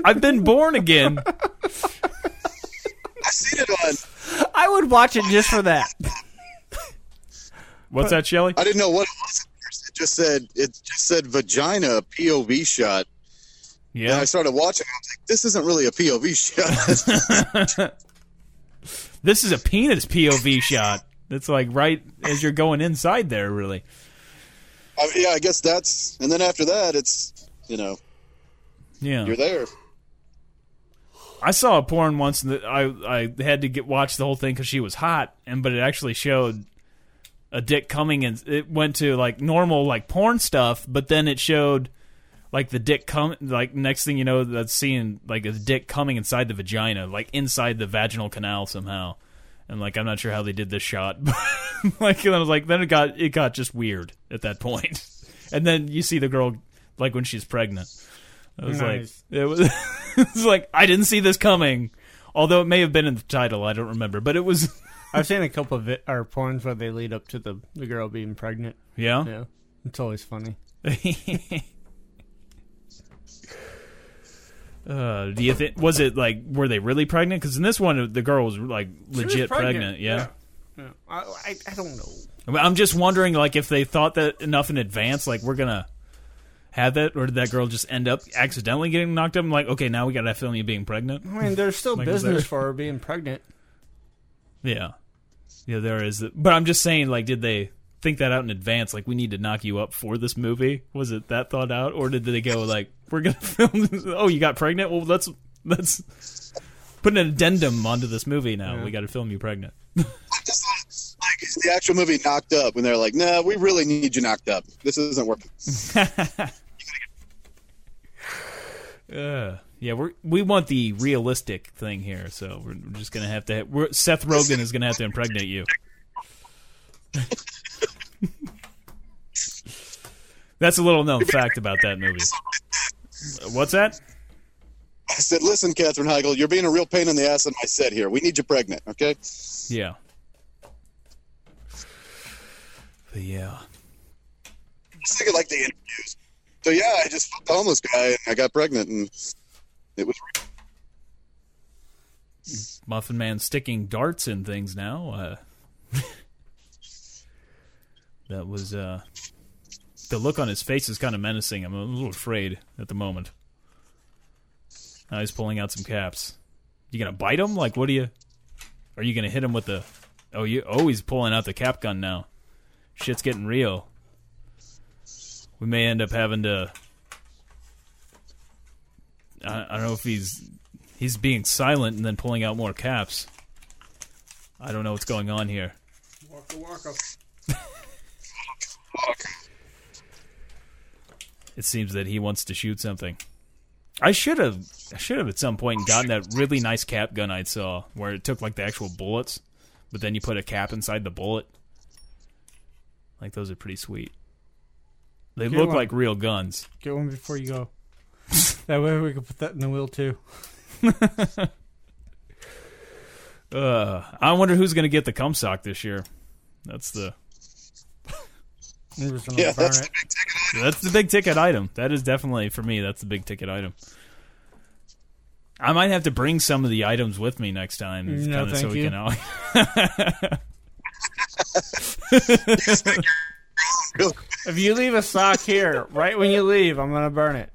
D: I've been born again.
E: I've seen it on.
C: I would watch it just for that.
D: What's that, Shelly?
E: I didn't know what it was. at first. It just said it just said vagina POV shot. And I
D: Yeah,
E: started watching. I was like, this isn't really a POV shot.
D: this is a penis POV shot. That's like right as you're going inside there. Really,
E: I mean, yeah, I guess that's. And then after that, it's you know
D: yeah.
E: you're there.
D: I saw a porn once that I I had to get watch the whole thing because she was hot, and but it actually showed a dick coming and it went to like normal like porn stuff, but then it showed like the dick come like next thing you know that's seeing like a dick coming inside the vagina, like inside the vaginal canal somehow, and like I'm not sure how they did this shot, like and I was like then it got it got just weird at that point, and then you see the girl like when she's pregnant. I was
C: Nice.
D: like, it was, it was like I didn't see this coming. Although it may have been in the title, I don't remember. But it was,
C: I've seen a couple of vi- or porns where they lead up to the, the girl being pregnant.
D: yeah.
C: Yeah, it's always funny.
D: uh, do you think was it like were they really pregnant? Because in this one, the girl was like legit pregnant. Yeah.
C: Yeah. I, I, I don't know.
D: I mean, I'm just wondering, like, if they thought that enough in advance, like we're gonna have that, or did that girl just end up accidentally getting knocked up? I'm like, okay, now we gotta film you being pregnant.
C: I mean, there's still
D: Like, was
C: business
D: there-
C: for her being pregnant.
D: Yeah. Yeah, there is. The, but I'm just saying, like, did they think that out in advance? Like, we need to knock you up for this movie? Was it that thought out? Or did they go, like, we're going to film this? Oh, you got pregnant? Well, let's, let's put an addendum onto this movie now. We got to film you pregnant.
E: I just thought, like is the actual movie knocked up, and they're like, no, we really need you knocked up. This isn't working.
D: Uh, yeah, we're, we want the realistic thing here. So we're, we're just going to have to, we're, Seth Rogen is going to have to impregnate you. That's a little known fact about that movie. What's that?
E: I said, listen, Katherine Heigl, you're being a real pain in the ass in my set here. We need you pregnant, okay?
D: Yeah. But yeah.
E: Just thinking like the interviews. So yeah, I just fucked the homeless guy and I got pregnant and it was
D: Muffin Man sticking darts in things now. Uh, that was uh, the look on his face is kind of menacing. I'm a little afraid at the moment. Now he's pulling out some caps. You gonna bite him? Like what do you? Are you gonna hit him with the? Oh, you? Oh, he's pulling out the cap gun now. Shit's getting real. We may end up having to. I, I don't know if he's He's being silent and then pulling out more caps. I don't know what's going on here.
C: Waka waka.
D: It seems that he wants to shoot something. I should have, I should have at some point gotten that really nice cap gun I saw, where it took like the actual bullets, but then you put a cap inside the bullet. Like those are pretty sweet. They
C: Get
D: look
C: one.
D: like real guns.
C: Get one before you go. that way we can put that in the wheel too.
D: Uh, I wonder who's gonna get the cum sock this year. That's the
C: We're just gonna
E: Yeah,
C: burn
E: that's-
C: it.
D: That's the big ticket item. That is definitely for me. That's the big ticket item. I might have to bring some of the items with me next time. It's
C: No,
D: kinda so
C: thank
D: we
C: you.
D: Can all...
C: If you leave a sock here, right when you leave, I'm gonna burn it.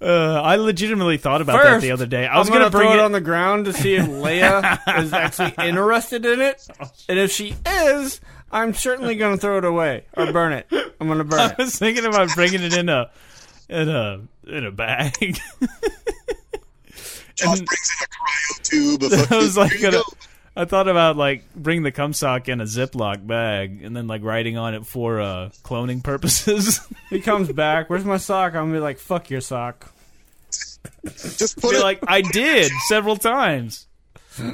D: uh, I legitimately thought about that
C: First,
D: the other day. I was
C: I'm gonna,
D: bring
C: throw it,
D: it.
C: on the ground to see if Leia is actually interested in it, and if she is, I'm certainly gonna throw it away or burn it. I'm gonna burn
D: I
C: it.
D: was thinking about bringing it in a in a in a bag.
E: Josh brings in a cryo tube. Of
D: I was like,
E: Here you
D: gonna,
E: go.
D: I thought about like bringing the cum sock in a Ziploc bag and then like writing on it for uh, cloning purposes.
C: He comes back. Where's my sock? I'm gonna be like, fuck your sock.
E: just put
D: Be
E: it,
D: like I did several times.
E: put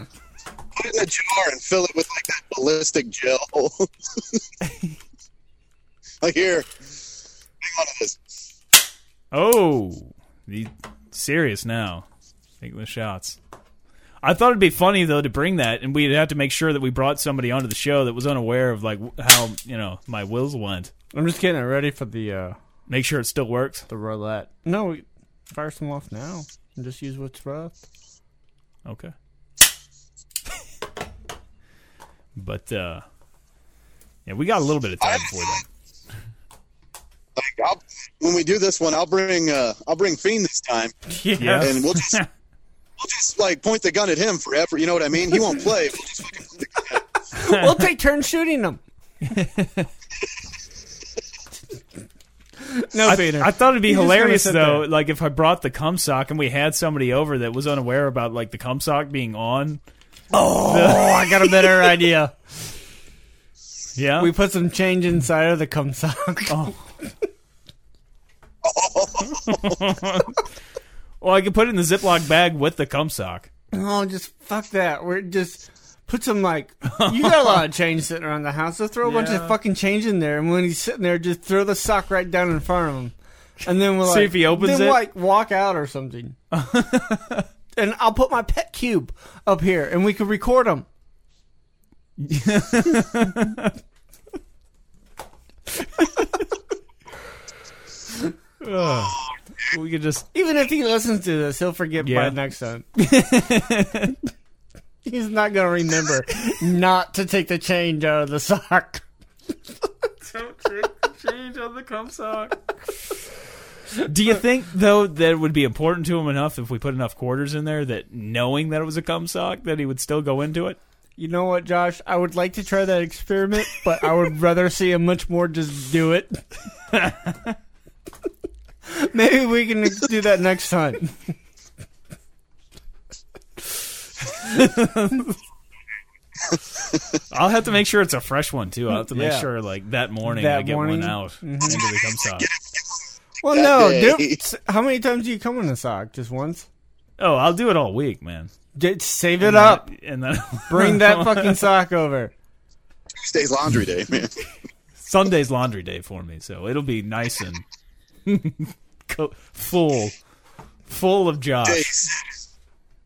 E: it in a jar and fill it with like that ballistic gel. like here, hang on to this.
D: Oh, the serious now. Take the shots. I thought it'd be funny though to bring that, and we'd have to make sure that we brought somebody onto the show that was unaware of like wh- how you know my wills went.
C: I'm just getting it ready for the uh,
D: Make sure it still works.
C: the roulette. No, we fire some off now and just use what's left.
D: Okay. but uh yeah, we got a little bit of time for that.
E: Like I'll, when we do this one, I'll bring uh, I'll bring Fiend this time,
D: Yeah.
E: and we'll just we'll just like point the gun at him forever. You know what I mean? He won't play. We'll just fucking point the gun at him.
C: we'll take turns shooting them. no, Peter.
D: I thought it'd be
C: He's just gonna
D: hilarious
C: sit
D: though,
C: there.
D: like if I brought the cum sock and we had somebody over that was unaware about like the cum sock being on.
C: oh, I got a better idea.
D: Yeah.
C: We put some change inside of the cum sock.
D: Well, I could put it in the Ziploc bag with the cum sock.
C: No, Oh, just fuck that. We're just put some like you got a lot of change sitting around the house. So throw a bunch
D: Yeah.
C: of fucking change in there, and when he's sitting there, just throw the sock right down in front of him, and then we'll
D: See
C: like,
D: if he opens
C: then
D: it?
C: Like walk out or something. and I'll put my pet cube up here, and we can record him.
D: We could just
C: Even if he listens to this, he'll forget
D: Yeah.
C: by next time. He's not gonna remember not to take the change out of the sock.
D: change on the cum sock. Do you think though that it would be important to him enough if we put enough quarters in there that knowing that it was a cum sock that he would still go into it?
C: You know what, Josh? I would like to try that experiment, but I would rather see him much more just do it. Maybe we can do that next time.
D: I'll have to make sure it's a fresh one too. I'll have to make
C: Yeah.
D: sure like that morning
C: That
D: I get
C: morning? Mm-hmm.
D: one out into the cum sock.
C: Well, no,
E: day.
C: dude. s- How many times do you come in a sock? Just once.
D: Oh, I'll do it all week, man.
C: Just save it up.
D: And then
C: Bring that fucking sock over.
E: Tuesday's laundry day, man.
D: Sunday's laundry day for me, so it'll be nice and co- full, full of Josh.
E: Days.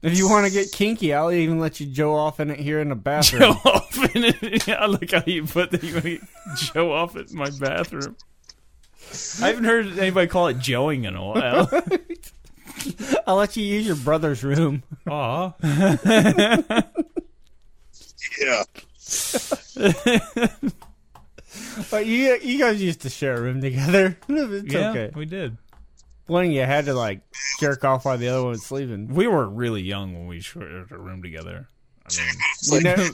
C: If you want to get kinky, I'll even let you Joe off in it here in the bathroom.
D: Joe off in it. I like how you put that. You want to Joe off in my bathroom. I haven't heard anybody call it Joeing in a while.
C: I'll let you use your brother's room.
D: Aw.
E: Yeah.
C: But you you guys used to share a room together. it's
D: yeah,
C: okay.
D: we did.
C: One you had to like jerk off while the other one was sleeping.
D: We were really young when we shared a room together. I mean,
E: It's
C: You
E: like,
C: know,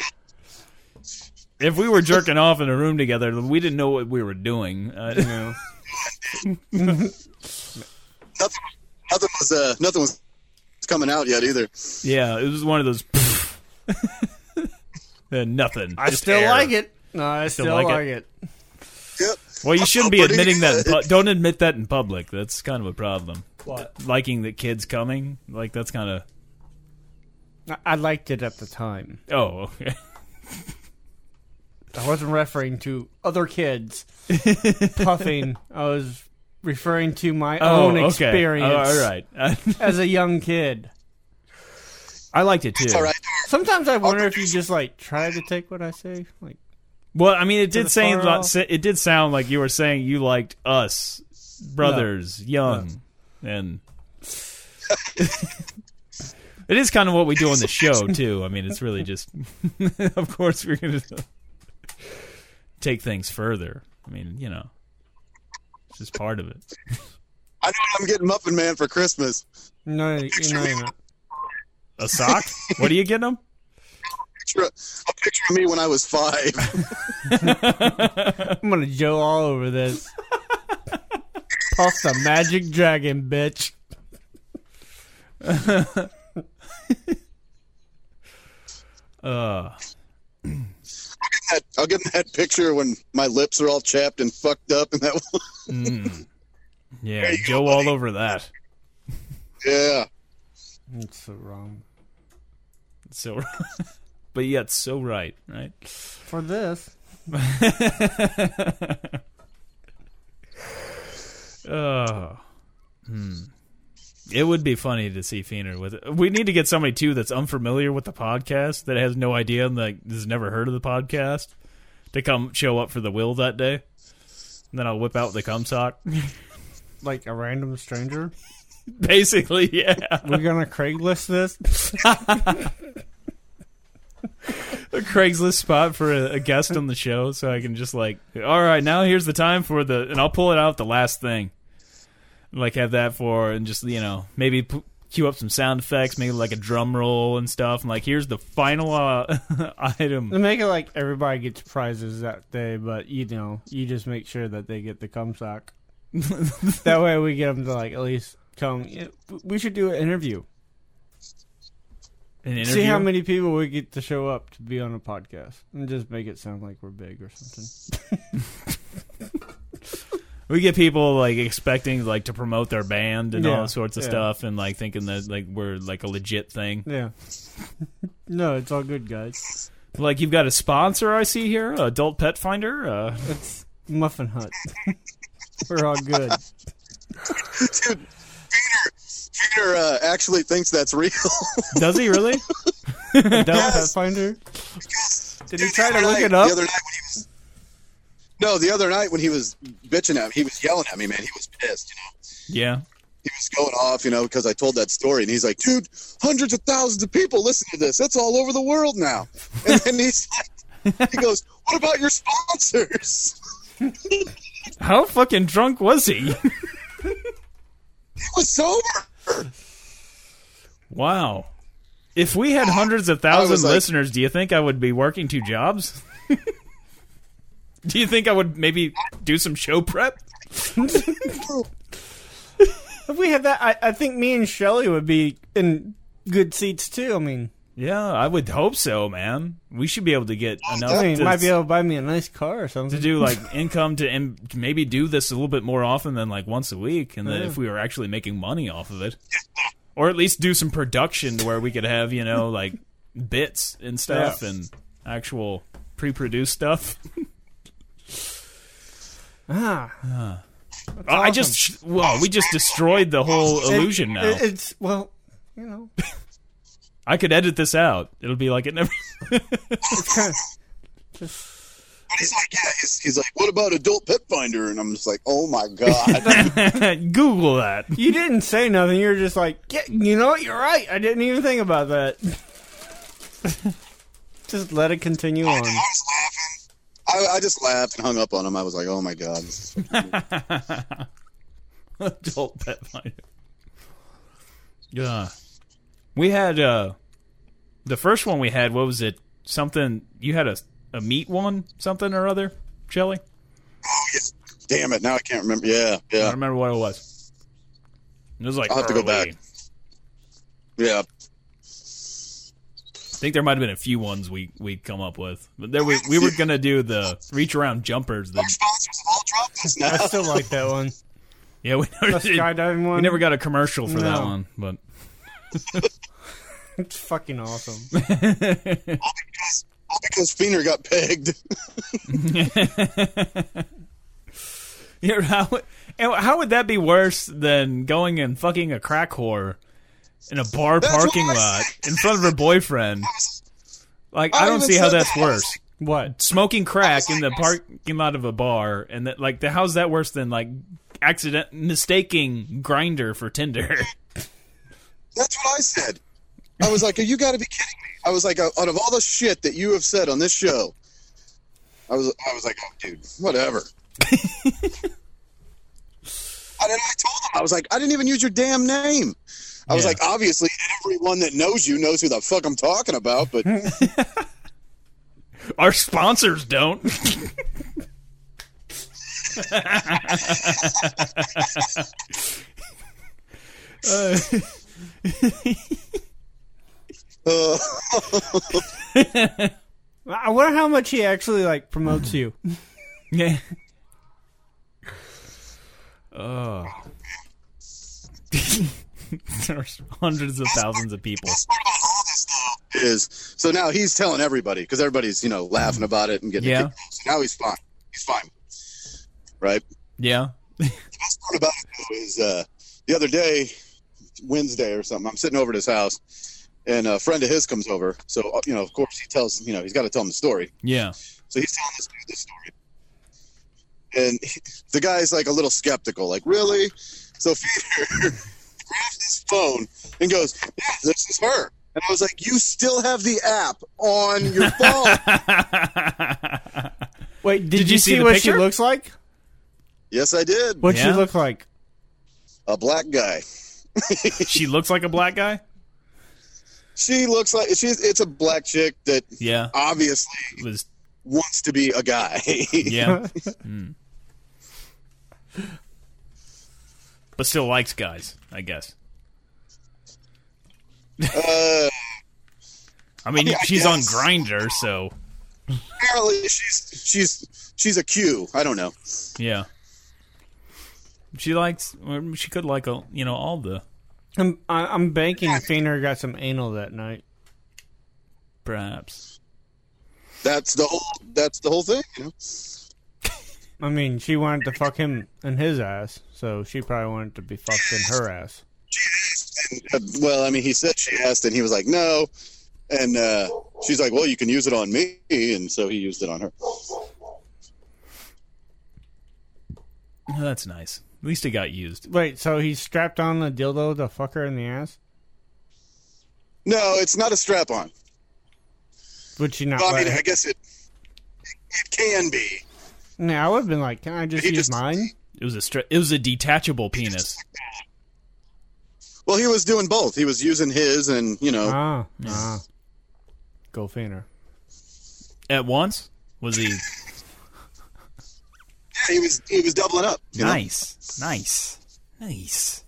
D: if we were jerking off in a room together, we didn't know what we were doing. Uh, you know,
E: nothing, nothing was uh, nothing was coming out yet either.
D: yeah, it was one of those. Uh, nothing.
C: I
D: Just
C: still
D: air.
C: like it. No, I still,
D: like
C: like,
D: it.
C: it.
E: Yep.
D: Well, you shouldn't be
E: Pretty
D: admitting that. In
E: good.
D: pu- don't admit that in public. That's kind of a problem. What? Liking that kids coming, like that's kind of.
C: I I liked it at the time.
D: Oh, okay.
C: I wasn't referring to other kids puffing. I was referring to my
D: Oh,
C: own
D: okay.
C: experience
D: Oh, all right.
C: as a young kid.
D: I liked it too.
E: All right.
C: Sometimes I wonder if you just like try to take what I say. Like
D: Well, I mean, it
C: the
D: did say
C: far
D: lo-
C: off.
D: sa- it did sound like you were saying you liked us brothers, young, and it is kind of what we do on the show too. I mean, it's really just, of course, we're gonna take things further. I mean, you know, it's just part of it.
E: I know what I'm getting Muffin Man for Christmas.
C: no, you know, you know.
D: A sock? what are you getting them?
E: Picture, a picture of me when I was five.
C: I'm gonna Joe all over this. Puff the magic dragon, bitch.
D: Uh,
E: That- I'll give him that picture when my lips are all chapped and fucked up, and that.
D: yeah, Joe, all over that.
E: yeah.
C: It's so wrong.
D: So, but yet so right, right?
C: For this,
D: Oh. Hmm. It would be funny to see Feener with it. We need to get somebody too that's unfamiliar with the podcast that has no idea and like has never heard of the podcast to come show up for the will that day. And then I'll whip out the cum sock.
C: like a random stranger,
D: Basically, yeah.
C: we're gonna Craigslist this.
D: a Craigslist spot for a, a guest on the show, so I can just like, all right, now here's the time for the, and I'll pull it out the last thing, like have that for, and just you know maybe p- cue up some sound effects, maybe like a drum roll and stuff, and like here's the final uh, item.
C: And make it like everybody gets prizes that day, but you know, you just make sure that they get the cum sock. that way, we get them to like at least come. yeah, We should do an interview.
D: An
C: See how
D: interview.
C: many people we get to show up to be on a podcast, and just make it sound like we're big or something.
D: we get people like expecting like to promote their band and
C: Yeah,
D: all sorts of
C: yeah.
D: stuff, and like thinking that like we're like a legit thing.
C: Yeah. no, it's all good, guys.
D: Like you've got a sponsor I see here, Adult Pet Finder. Uh,
C: It's Muffin Hut. We're all good.
E: Dude, Peter, Peter uh, actually thinks that's real.
D: does he really?
C: Adult
E: Yes.
C: Pathfinder. Did he
E: Dude,
C: try to
E: the other
C: look
E: night-
C: it up?
E: The other night when he was, no, the other night when he was bitching at me, he was yelling at me, man. He was pissed, you know.
D: yeah.
E: He was going off, you know, because I told that story, and he's like, "Dude, hundreds of thousands of people listen to this. That's all over the world now." And then he's like, "He goes, what about your sponsors?"
D: How fucking drunk was he?
E: He was sober.
D: wow. If we had hundreds of thousands
E: was like-
D: listeners, do you think I would be working two jobs? do you think I would maybe do some show prep?
C: If we had that, I, I think me and Shelly would be in good seats too. I mean,
D: Yeah, I would hope so, man. We should be able to get enough
C: I mean,
D: to,
C: might be able to buy me a nice car or something.
D: to do like income to and maybe do this a little bit more often than like once a week, and then
C: Yeah.
D: if we were actually making money off of it, or at least do some production to where we could have you know like bits and stuff
C: Yeah.
D: and actual pre-produced stuff.
C: ah,
D: I just well, we just destroyed the whole illusion now.
C: It- it's well, you know,
D: I could edit this out. It'll be like it never.
E: And he's like, yeah. He's, he's like, what about adult pet finder? And I'm just like, oh my god.
D: Google that.
C: You didn't say nothing. You were just like, yeah, you know what? You're right. I didn't even think about that. just let it continue on.
E: I was laughing. I, I just laughed and hung up on him. I was like, oh my god. this is-
D: adult pet finder. Yeah. We had uh the first one we had, what was it? Something you had a a meat one, something or other, Shelly?
E: Damn it. Now I can't remember. Yeah.
D: I don't
E: Yeah.
D: remember what it was. It was like
E: I'll have to go
D: early.
E: back. Yeah.
D: I think there might have been a few ones we we come up with. But there we we were gonna do the reach around jumpers the
E: Sponsors have all dropped us
C: I
E: now.
C: still like that one.
D: Yeah, we
C: The
D: never did,
C: skydiving one.
D: we never got a commercial for that
C: No.
D: one, but
C: It's fucking awesome.
E: All because, all because Feener got pegged.
D: Yeah, how, would- and how would that be worse than going and fucking a crack whore in a bar
E: That's what
D: parking
E: I
D: lot in front of her boyfriend? Like, I,
E: I
D: don't
E: even
D: see how
E: said
D: that's
E: that.
D: worse.
C: What?
D: Smoking crack in the parking lot of a bar, and that like, the, how's that worse than like accident mistaking grinder for Tinder?
E: That's what I said. I was like, you got to be kidding me. I was like, "Uh, out of all the shit that you have said on this show, I was, I was like, oh, dude, whatever. and then I told him, I was like, I didn't even use your damn name. I was
D: Yeah.
E: like, obviously, everyone that knows you knows who the fuck I'm talking about, but
D: Our sponsors don't. Uh,
E: uh,
C: I wonder how much he actually like promotes you.
D: Yeah. Oh. There's hundreds of thousands of people.
E: is so now he's telling everybody because everybody's you know laughing about it and getting a
D: Yeah.
E: kick. So now he's fine. He's fine, right?
D: Yeah.
E: best part about it though is uh, the other day, Wednesday or something, I'm sitting over at his house, and a friend of his comes over. So uh, you know, of course, he tells you know he's got to tell him the story.
D: Yeah.
E: So he's telling this dude this story, and he- the guy's like a little skeptical, like really. So Peter grabs his phone and goes, "Yeah, this is her." And I was like, "You still have the app on your phone?"
C: Wait, did,
D: Did you see the
C: what she
D: picture?
C: looks like?
E: yes, I did.
C: What she
D: Yeah.
C: look like?
E: A black guy.
D: she looks like a black guy?
E: She looks like she's. It's a black chick that
D: Yeah.
E: obviously
D: It was
E: wants to be a guy.
D: yeah. Mm. But still likes guys, I guess.
E: uh,
D: I mean,
E: I mean, I
D: she's on
E: guess.
D: Grinder, so
E: apparently, she's she's she's a Q. I don't know.
D: yeah. She likes or she could like a, you know, all the
C: I'm I- I'm banking Feener got some anal that night.
D: perhaps.
E: That's the whole that's the whole thing. You know?
C: I mean, she wanted to fuck him in his ass, so she probably wanted to be fucked in her ass.
E: And, uh, well, I mean, he said she asked, and he was like, no. And uh, she's like, well, you can use it on me, and so he used it on her.
D: Oh, that's nice. At least it got used.
C: Wait, so he strapped on the dildo to fuck her in the ass?
E: No, it's not a strap on.
C: Would she not?
E: Well, I
C: let
E: mean, I
C: him-
E: guess it it can be.
C: No, I would have been like, can I just
E: He
C: use
E: just-
C: mine?
D: It was a stra- it was a detachable penis.
E: Well, he was doing both. He was using his, and you know,
C: Ah, ah. Go Feener.
D: At once was he
E: yeah, he was he was doubling up. you know?
D: nice, nice, nice.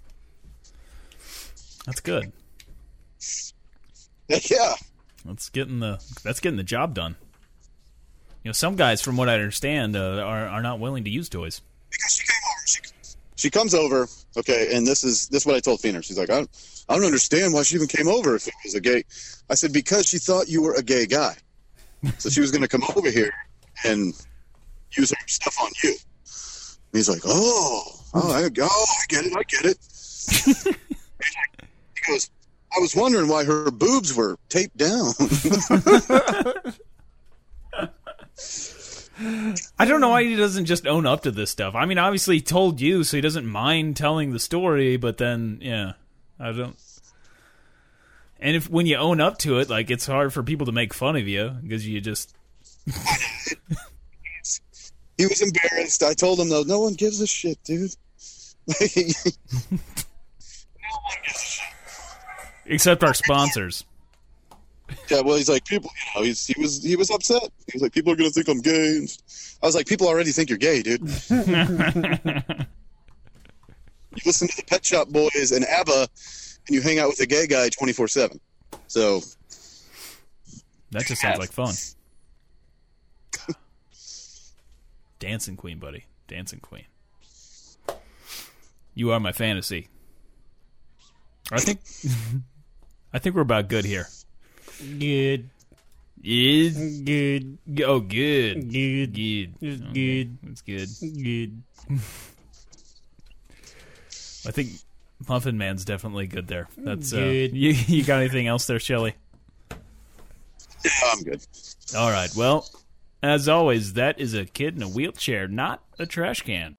D: That's good.
E: Yeah.
D: That's getting the that's getting the job done. You know, some guys, from what I understand, uh, are are not willing to use toys.
E: because she came over. She, she comes over, okay, and this is this is what I told Feener. She's like, I don't, I don't understand why she even came over if it was a gay. I said because she thought you were a gay guy, so she was going to come over here and use her stuff on you. And he's like, oh, oh, I, oh, I get it, I get it. He's like- he goes, I was wondering why her boobs were taped down.
D: I don't know why he doesn't just own up to this stuff. I mean, obviously he told you, so he doesn't mind telling the story. But then, yeah, I don't. And if when you own up to it, like it's hard for people to make fun of you because you just
E: he was embarrassed. I told him though, no one gives a shit, dude.
D: except our sponsors.
E: yeah, well, he's like people. You know, he's, he was he was upset. He was like, people are gonna think I'm gay. And I was like, people already think you're gay, dude. you listen to the Pet Shop Boys and ABBA, and you hang out with a gay guy twenty four seven. So
D: That just sounds like fun. Dancing Queen, buddy. Dancing Queen. You are my fantasy. I think I think we're about good here.
C: Good.
D: Is
C: Good.
D: oh good.
C: Good.
D: Good.
C: It's
D: Okay,
C: good.
D: That's good.
C: Good.
D: I think Muffin Man's definitely good there. That's uh,
C: Good.
D: you you got anything else there, Shelly?
E: I'm good.
D: All right. Well, as always, that is a kid in a wheelchair, not a trash can.